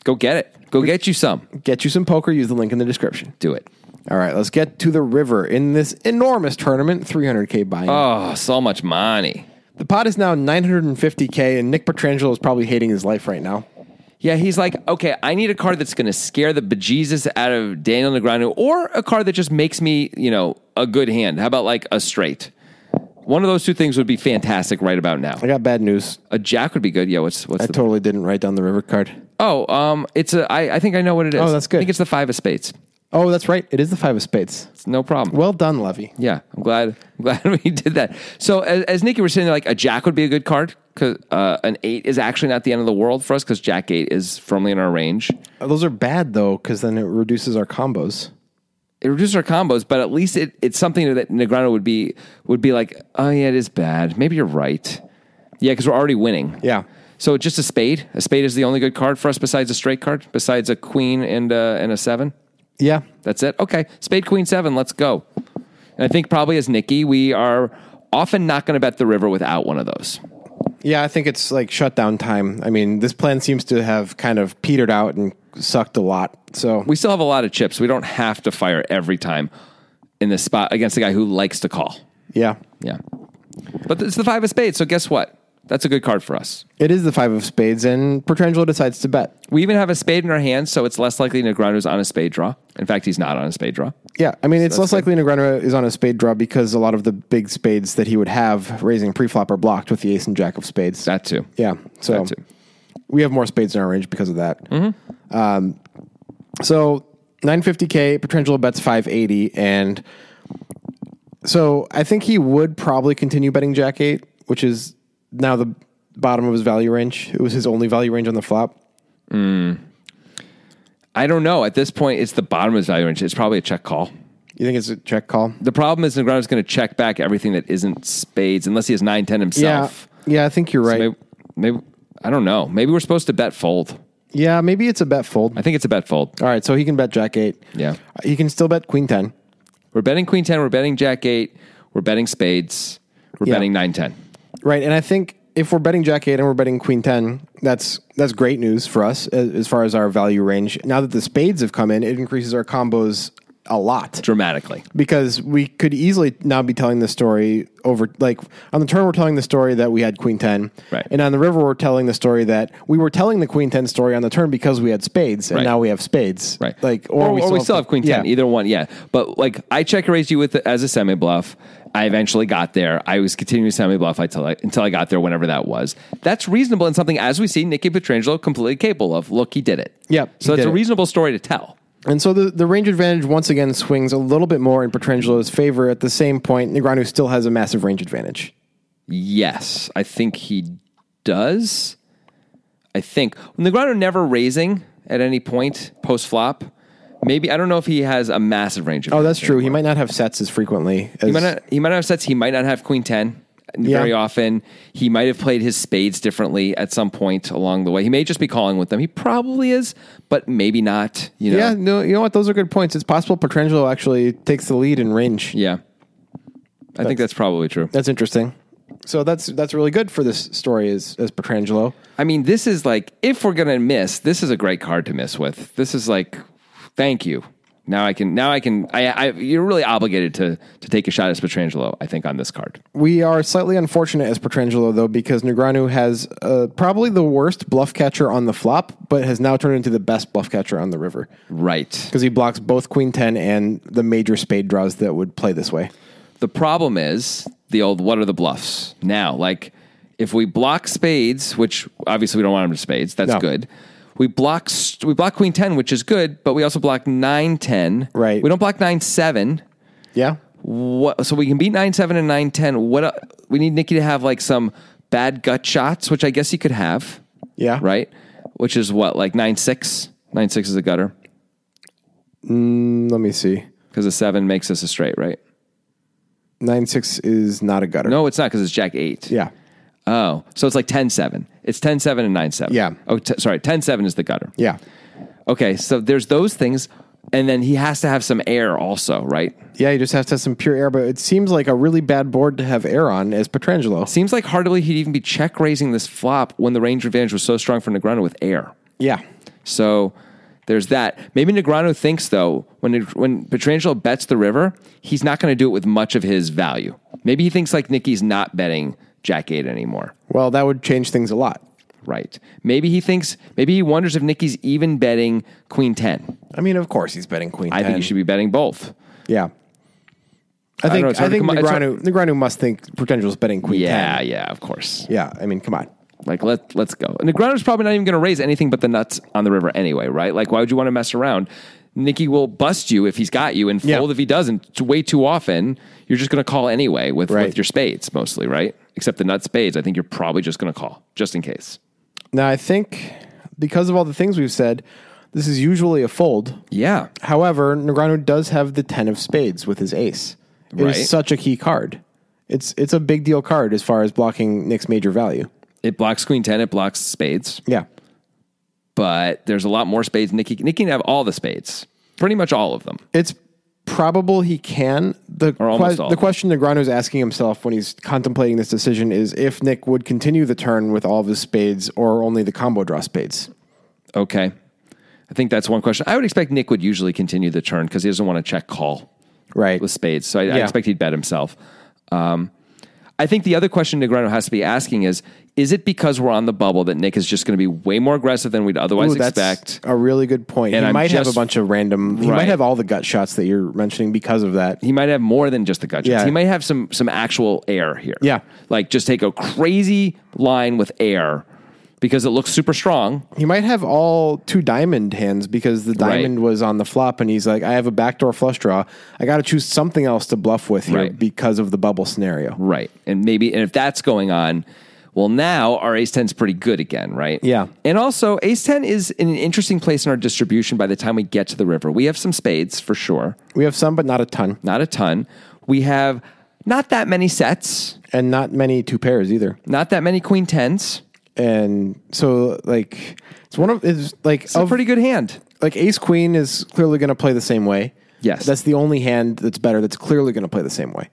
S1: Go get it. Go get you some.
S2: Get you some poker, use the link in the description.
S1: Do it.
S2: All right, let's get to the river in this enormous tournament 300K buy in.
S1: Oh, so much money.
S2: The pot is now 950k, and Nick Petrangelo is probably hating his life right now.
S1: Yeah, he's like, okay, I need a card that's going to scare the bejesus out of Daniel Negreanu or a card that just makes me, you know, a good hand. How about like a straight? One of those two things would be fantastic right about now.
S2: I got bad news.
S1: A jack would be good. Yeah, what's what's
S2: I
S1: the
S2: totally didn't write down the river card.
S1: Oh, um it's a I I think I know what it is.
S2: Oh, that's good.
S1: I think it's the 5 of spades.
S2: Oh, that's right. It is the five of spades.
S1: It's no problem.
S2: Well done, Levy.
S1: Yeah, I'm glad. I'm glad we did that. So as, as Nikki was saying, like a jack would be a good card because uh, an eight is actually not the end of the world for us because jack eight is firmly in our range.
S2: Uh, Those are bad though, because then it reduces our combos.
S1: It reduces our combos, but at least it, it's something that Negrano would be would be like, oh yeah, it is bad. Maybe you're right. Yeah, because we're already winning.
S2: Yeah.
S1: So just a spade. A spade is the only good card for us besides a straight card, besides a queen and uh, and a seven.
S2: Yeah.
S1: That's it. Okay. Spade Queen seven. Let's go. And I think probably as Nikki, we are often not going to bet the river without one of those.
S2: Yeah, I think it's like shutdown time. I mean, this plan seems to have kind of petered out and sucked a lot. So
S1: We still have a lot of chips. We don't have to fire every time in this spot against a guy who likes to call.
S2: yeah.
S1: Yeah. But it's the five of spades. So guess what? That's a good card for us.
S2: It is the five of spades, and Petrangelo decides to bet.
S1: We even have a spade in our hand, so it's less likely Negreanu's on a spade draw. In fact, he's not on a spade draw.
S2: Yeah, I mean, it's less
S1: good.
S2: likely Negreanu is on a spade draw because a lot of the big spades that he would have raising preflop are blocked with the ace and jack of spades.
S1: That too.
S2: yeah, so
S1: That too. Mm-hmm.
S2: we have more spades in our range because of that. Um, so 950k potential bets 580, and so I think he would probably continue betting jack eight, which is now the bottom of his value range. It was his only value range on the flop.
S1: I don't know. At this point, it's the bottom of his value range. It's probably a check call.
S2: You think it's a check call?
S1: The problem is Negreanu is going to check back everything that isn't spades unless he has nine ten himself.
S2: Yeah, yeah. I think you're right.
S1: Maybe, maybe I don't know. Maybe we're supposed to bet fold.
S2: yeah, maybe it's a bet fold.
S1: I think it's a bet fold.
S2: All right, so he can bet Jack eight.
S1: Yeah.
S2: he can still bet Queen ten.
S1: We're betting queen ten. We're betting jack eight. We're betting spades. We're
S2: Yeah.
S1: betting nine ten.
S2: Right, and I think if we're betting Jack eight and we're betting Queen ten, that's that's great news for us as, as far as our value range. Now that the spades have come in, it increases our combos a lot
S1: dramatically.
S2: because we could easily now be telling the story over like on the turn we're telling the story that we had Queen ten,
S1: Right.
S2: and on the river we're telling the story that we were telling the Queen ten story on the turn because we had spades and
S1: Right.
S2: now we have spades.
S1: Right.
S2: like or, we, still
S1: have queen 10,
S2: yeah.
S1: either one. Yeah. But like I check raised you with it as a semi bluff. I eventually got there. I was continuing semi bluff until I, until I got there, whenever that was. That's reasonable and something, as we see, Nicky Petrangelo completely capable of. Look, he did it.
S2: Yep, he
S1: So it's
S2: did
S1: a
S2: it.
S1: reasonable story to tell.
S2: And so the, the range advantage once again swings a little bit more in Petrangelo's favor. At the same point, Negreanu still has a massive range advantage.
S1: Yes, I think he does. I think Negreanu never raising at any point post flop. Maybe I don't know if he has a massive range. of
S2: Oh, that's true. He might not have sets as frequently. As,
S1: He might not, he might not have sets. He might not have queen ten very
S2: Yeah.
S1: often. He might have played his spades differently at some point along the way. He may just be calling with them. He probably is, but maybe not. You know.
S2: yeah, no, you know what? Those are good points. It's possible Petrangelo actually takes the lead in range.
S1: Yeah. I think that's probably true.
S2: That's interesting. So that's that's really good for this story as as Petrangelo.
S1: I mean, this is like if we're gonna miss, this is a great card to miss with. This is like, thank you. Now I can. Now I can. I. I you're really obligated to to take a shot at Petrangelo. I think on this card.
S2: We are slightly unfortunate as Petrangelo though because Negreanu has uh, probably the worst bluff catcher on the flop, but has now turned into the best bluff catcher on the river
S1: Right.
S2: because he blocks both Queen Ten and the major spade draws that would play this way.
S1: The problem is the old what are the bluffs now? Like if we block spades, which obviously we don't want them to spades, that's
S2: No.
S1: good. We block st- we block queen ten, which is good, but we also block nine ten.
S2: Right.
S1: We don't block nine seven.
S2: Yeah.
S1: What? So we can beat nine seven and nine ten. What? el- We need Nikki to have like some bad gut shots, which I guess he could have.
S2: Yeah.
S1: Right. Which is what like nine six. Nine six is a gutter
S2: Mm, Let me see.
S1: because a seven makes us a straight, right?
S2: Nine six is not a gutter.
S1: No, it's not because it's jack eight.
S2: Yeah.
S1: Oh, so it's like 10 7. It's 10 7 and 9 7.
S2: Yeah.
S1: Oh, t- sorry. 10 7 is the gutter.
S2: Yeah.
S1: Okay. So there's those things. And then he has to have some air also, right?
S2: Yeah, you just have to have some pure air, but it seems like a really bad board to have air on as Petrangelo.
S1: Seems like hardly he'd even be check raising this flop when the range advantage was so strong for Negrano with air.
S2: Yeah.
S1: So there's that. Maybe Negrano thinks, though, when, when Petrangelo bets the river, he's not going to do it with much of his value. Maybe he thinks like Nicky's not betting Jack 8 anymore.
S2: Well, that would change things a lot.
S1: Right. Maybe he thinks, maybe he wonders if Nicky's even betting Queen 10.
S2: I mean, of course he's betting queen.
S1: I think you should be betting both.
S2: be. Yeah. I
S1: don't
S2: think
S1: know,
S2: I,
S1: it's hard to
S2: think
S1: come- it's hard-
S2: Negreanu, Negreanu must think Petrangelo's betting queen
S1: Yeah,
S2: 10.
S1: yeah, of course.
S2: Yeah, I mean, come on.
S1: Like let let's go. And Negrano's probably not even going to raise anything but the nuts on the river anyway, right? Like why would you want to mess around? Nikki will bust you if he's got you, and
S2: Yeah.
S1: fold if he doesn't. It's way too often, you're just going to call anyway with,
S2: Right.
S1: with your spades mostly, right? Except the nut spades, I think you're probably just going to call just in case.
S2: Now, I think because of all the things we've said, this is usually a fold.
S1: Yeah,
S2: However, Negreanu does have the ten of spades with his ace. It is
S1: Right.
S2: such a key card. It's it's a big deal card as far as blocking Nick's major value.
S1: it blocks queen ten, it blocks spades,
S2: Yeah,
S1: but there's a lot more spades. Nikki Nikki can have all the spades, pretty much all of them.
S2: it's probable he can. The
S1: almost
S2: que-
S1: all.
S2: the question Negreanu is asking himself when he's contemplating this decision is if Nick would continue the turn with all of his spades or only the combo draw spades.
S1: Okay. I think that's one question. I would expect Nick would usually continue the turn because he doesn't want to check call
S2: Right.
S1: with spades. So I, I
S2: Yeah.
S1: expect he'd bet himself. Um, I think the other question Negrano has to be asking is Is it because we're on the bubble that Nick is just going to be way more aggressive than we'd otherwise
S2: Ooh, that's
S1: expect?
S2: a really good point.
S1: And
S2: he
S1: I'm
S2: might have
S1: just-
S2: a bunch of random. He
S1: Right.
S2: might have all the gut shots that you're mentioning because of that.
S1: He might have more than just the gut shots.
S2: Yeah.
S1: He might have some some actual air here.
S2: Yeah.
S1: Like just take a crazy line with air because it looks super strong.
S2: He might have all two diamond hands because the diamond was on the flop, and he's like, "I have a backdoor flush draw. I got to choose something else to bluff with here
S1: Right.
S2: because of the bubble scenario."
S1: Right. And maybe and if that's going on, Well, now our ace 10 is pretty good again, right?
S2: Yeah.
S1: And also, ace 10 is in an interesting place in our distribution by the time we get to the river. We have some spades for sure,
S2: We have some, but not a ton,
S1: not a ton. We have not that many sets,
S2: and not many two pairs either.
S1: not that many queen 10s.
S2: And so, like, it's one of it's like
S1: It's a
S2: of-
S1: pretty good hand.
S2: like ace queen is clearly going to play the same way.
S1: Yes.
S2: that's the only hand that's better. That's clearly going to play the same way.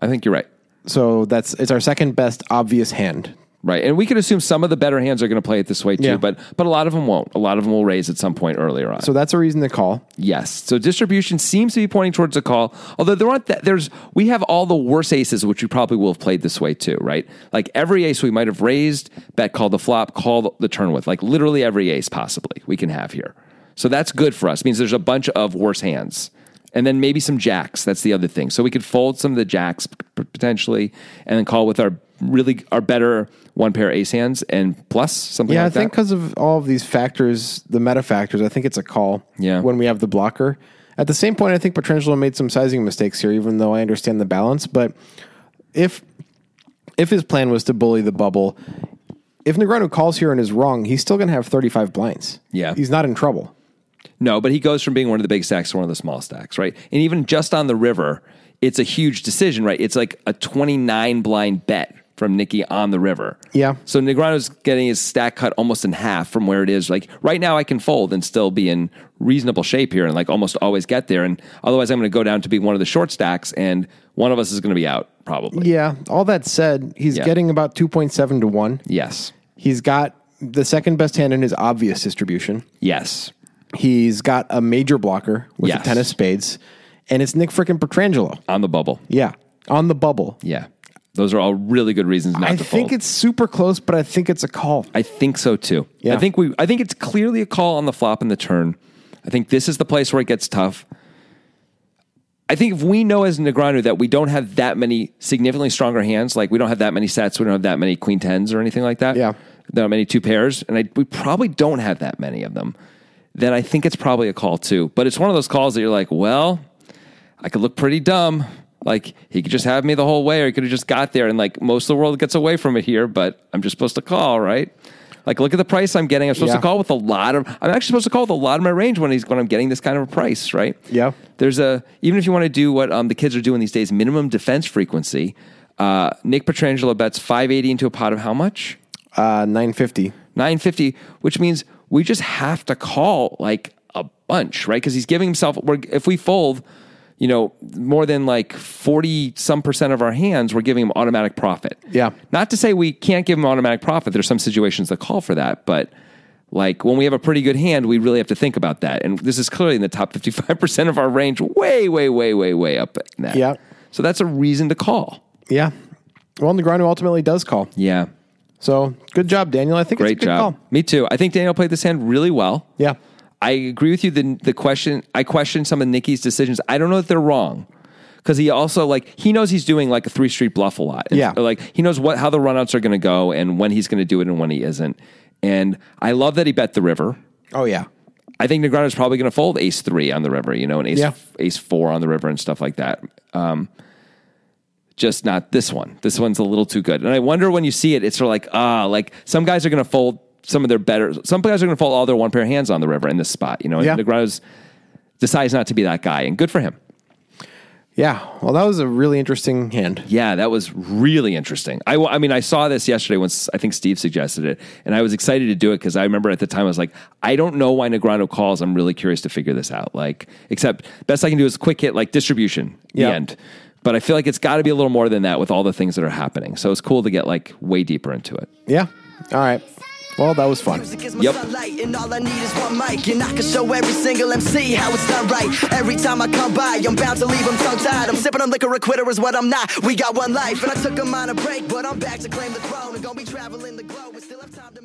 S1: I think you're right.
S2: So that's it's our second best obvious hand.
S1: Right. And we can assume some of the better hands are going to play it this way too,
S2: Yeah.
S1: but but a lot of them won't. A lot of them will raise at some point earlier on.
S2: So that's a reason to call.
S1: Yes. So distribution seems to be pointing towards a call, although there aren't that there's we have all the worse aces, which we probably will have played this way too, right? Like every ace we might have raised, bet called the flop, call the turn with, like literally every ace possibly we can have here. So that's good for us. means there's a bunch of worse hands. And then maybe some jacks. That's the other thing. So we could fold some of the jacks p- p- potentially and then call with our really our better one pair ace hands and plus something
S2: Yeah,
S1: like
S2: I think
S1: that.
S2: because of all of these factors, the meta factors, I think it's a call.
S1: Yeah.
S2: When we have the blocker. At the same point, I think Petrangelo made some sizing mistakes here, even though I understand the balance. But if if his plan was to bully the bubble, if Negreanu calls here and is wrong, he's still going to have 35 blinds.
S1: Yeah.
S2: He's not in trouble.
S1: No, but he goes from being one of the big stacks to one of the small stacks, right? And even just on the river, it's a huge decision, right? It's like a 29 blind bet from Nikki on the river.
S2: Yeah.
S1: So Negrano's getting his stack cut almost in half from where it is. Like right now, I can fold and still be in reasonable shape here and like almost always get there. And otherwise, I'm going to go down to be one of the short stacks and one of us is going to be out probably.
S2: Yeah. All that said, he's
S1: Yeah.
S2: getting about 2.7 to 1.
S1: Yes.
S2: He's got the second best hand in his obvious distribution.
S1: Yes.
S2: He's got a major blocker with
S1: Yes.
S2: a ten of spades, and it's Nick frickin' Petrangelo.
S1: On the bubble.
S2: Yeah, on the bubble.
S1: Yeah. Those are all really good reasons not
S2: I
S1: to fold.
S2: think it's super close, but I think it's a call.
S1: I think so too.
S2: Yeah.
S1: I think we I think it's clearly a call on the flop and the turn. I think this is the place where it gets tough. I think if we know as Negreanu that we don't have that many significantly stronger hands, like we don't have that many sets, we don't have that many queen tens or anything like that.
S2: Yeah.
S1: There are many two pairs, and I, we probably don't have that many of them. Then I think it's probably a call too. But it's one of those calls that you're like, well, I could look pretty dumb. Like he could just have me the whole way, or he could have just got there, and like most of the world gets away from it here. But I'm just supposed to call, right? Like look at the price I'm getting. I'm supposed
S2: Yeah.
S1: to call with a lot of. I'm actually supposed to call with a lot of my range when he's when I'm getting this kind of a price, right?
S2: Yeah.
S1: There's a even if you want to do what um, the kids are doing these days, minimum defense frequency. Uh, Nick Petrangelo bets 580 into a pot of how much?
S2: Uh, Nine fifty.
S1: 950, which means we just have to call like a bunch, right? Because he's giving himself, we're, if we fold, you know, more than like 40 some percent of our hands, we're giving him automatic profit.
S2: Yeah.
S1: Not to say we can't give him automatic profit. There's some situations that call for that, but like when we have a pretty good hand, we really have to think about that. And this is clearly in the top 55% of our range, way, way, way, way, way up in that.
S2: Yeah.
S1: So that's a reason to call.
S2: Yeah. Well, Negreanu ultimately does call.
S1: Yeah.
S2: So good job, Daniel. I think
S1: Great
S2: it's a good
S1: job.
S2: call.
S1: Me too. I think Daniel played this hand really well.
S2: Yeah.
S1: I agree with you. The the question I question some of Nikki's decisions. I don't know that they're wrong because he also like he knows he's doing like a three street bluff a lot. And
S2: Yeah.
S1: so, like he knows what how the runouts are going to go and when he's going to do it and when he isn't. And I love that he bet the river.
S2: Oh yeah.
S1: I think Negrano's probably going to fold ace three on the river, you know, and ace
S2: Yeah.
S1: ace four on the river and stuff like that. Um, just not this one. This one's a little too good. And I wonder when you see it, it's sort of like ah, like some guys are going to fold some of their better. Some guys are going to fold all their one pair hands on the river in this spot, you know. And
S2: Yeah.
S1: Negrano's decides not to be that guy, and good for him.
S2: Yeah. Well, that was a really interesting hand.
S1: Yeah, that was really interesting. I, wa- I mean, I saw this yesterday when s- I think Steve suggested it, and I was excited to do it because I remember at the time I was like, I don't know why Negrano calls. I'm really curious to figure this out. Like, except best I can do is quick hit like distribution,
S2: Yeah.
S1: the end. But I feel like it's got to be a little more than that with all the things that are happening. So it's cool to get like way deeper into it.
S2: Yeah. All right. Well, that was fun.
S3: Music is my
S1: Yep.
S3: sunlight, and all I need is one mic. And I can show every single MC how it's done right. Every time I come by, I'm bound to leave them tongue tied. I'm sipping on liquor, a quitter is what I'm not. We got one life, and I took a minor break, but I'm back to claim the throne. And gonna be traveling the globe, and still have time to.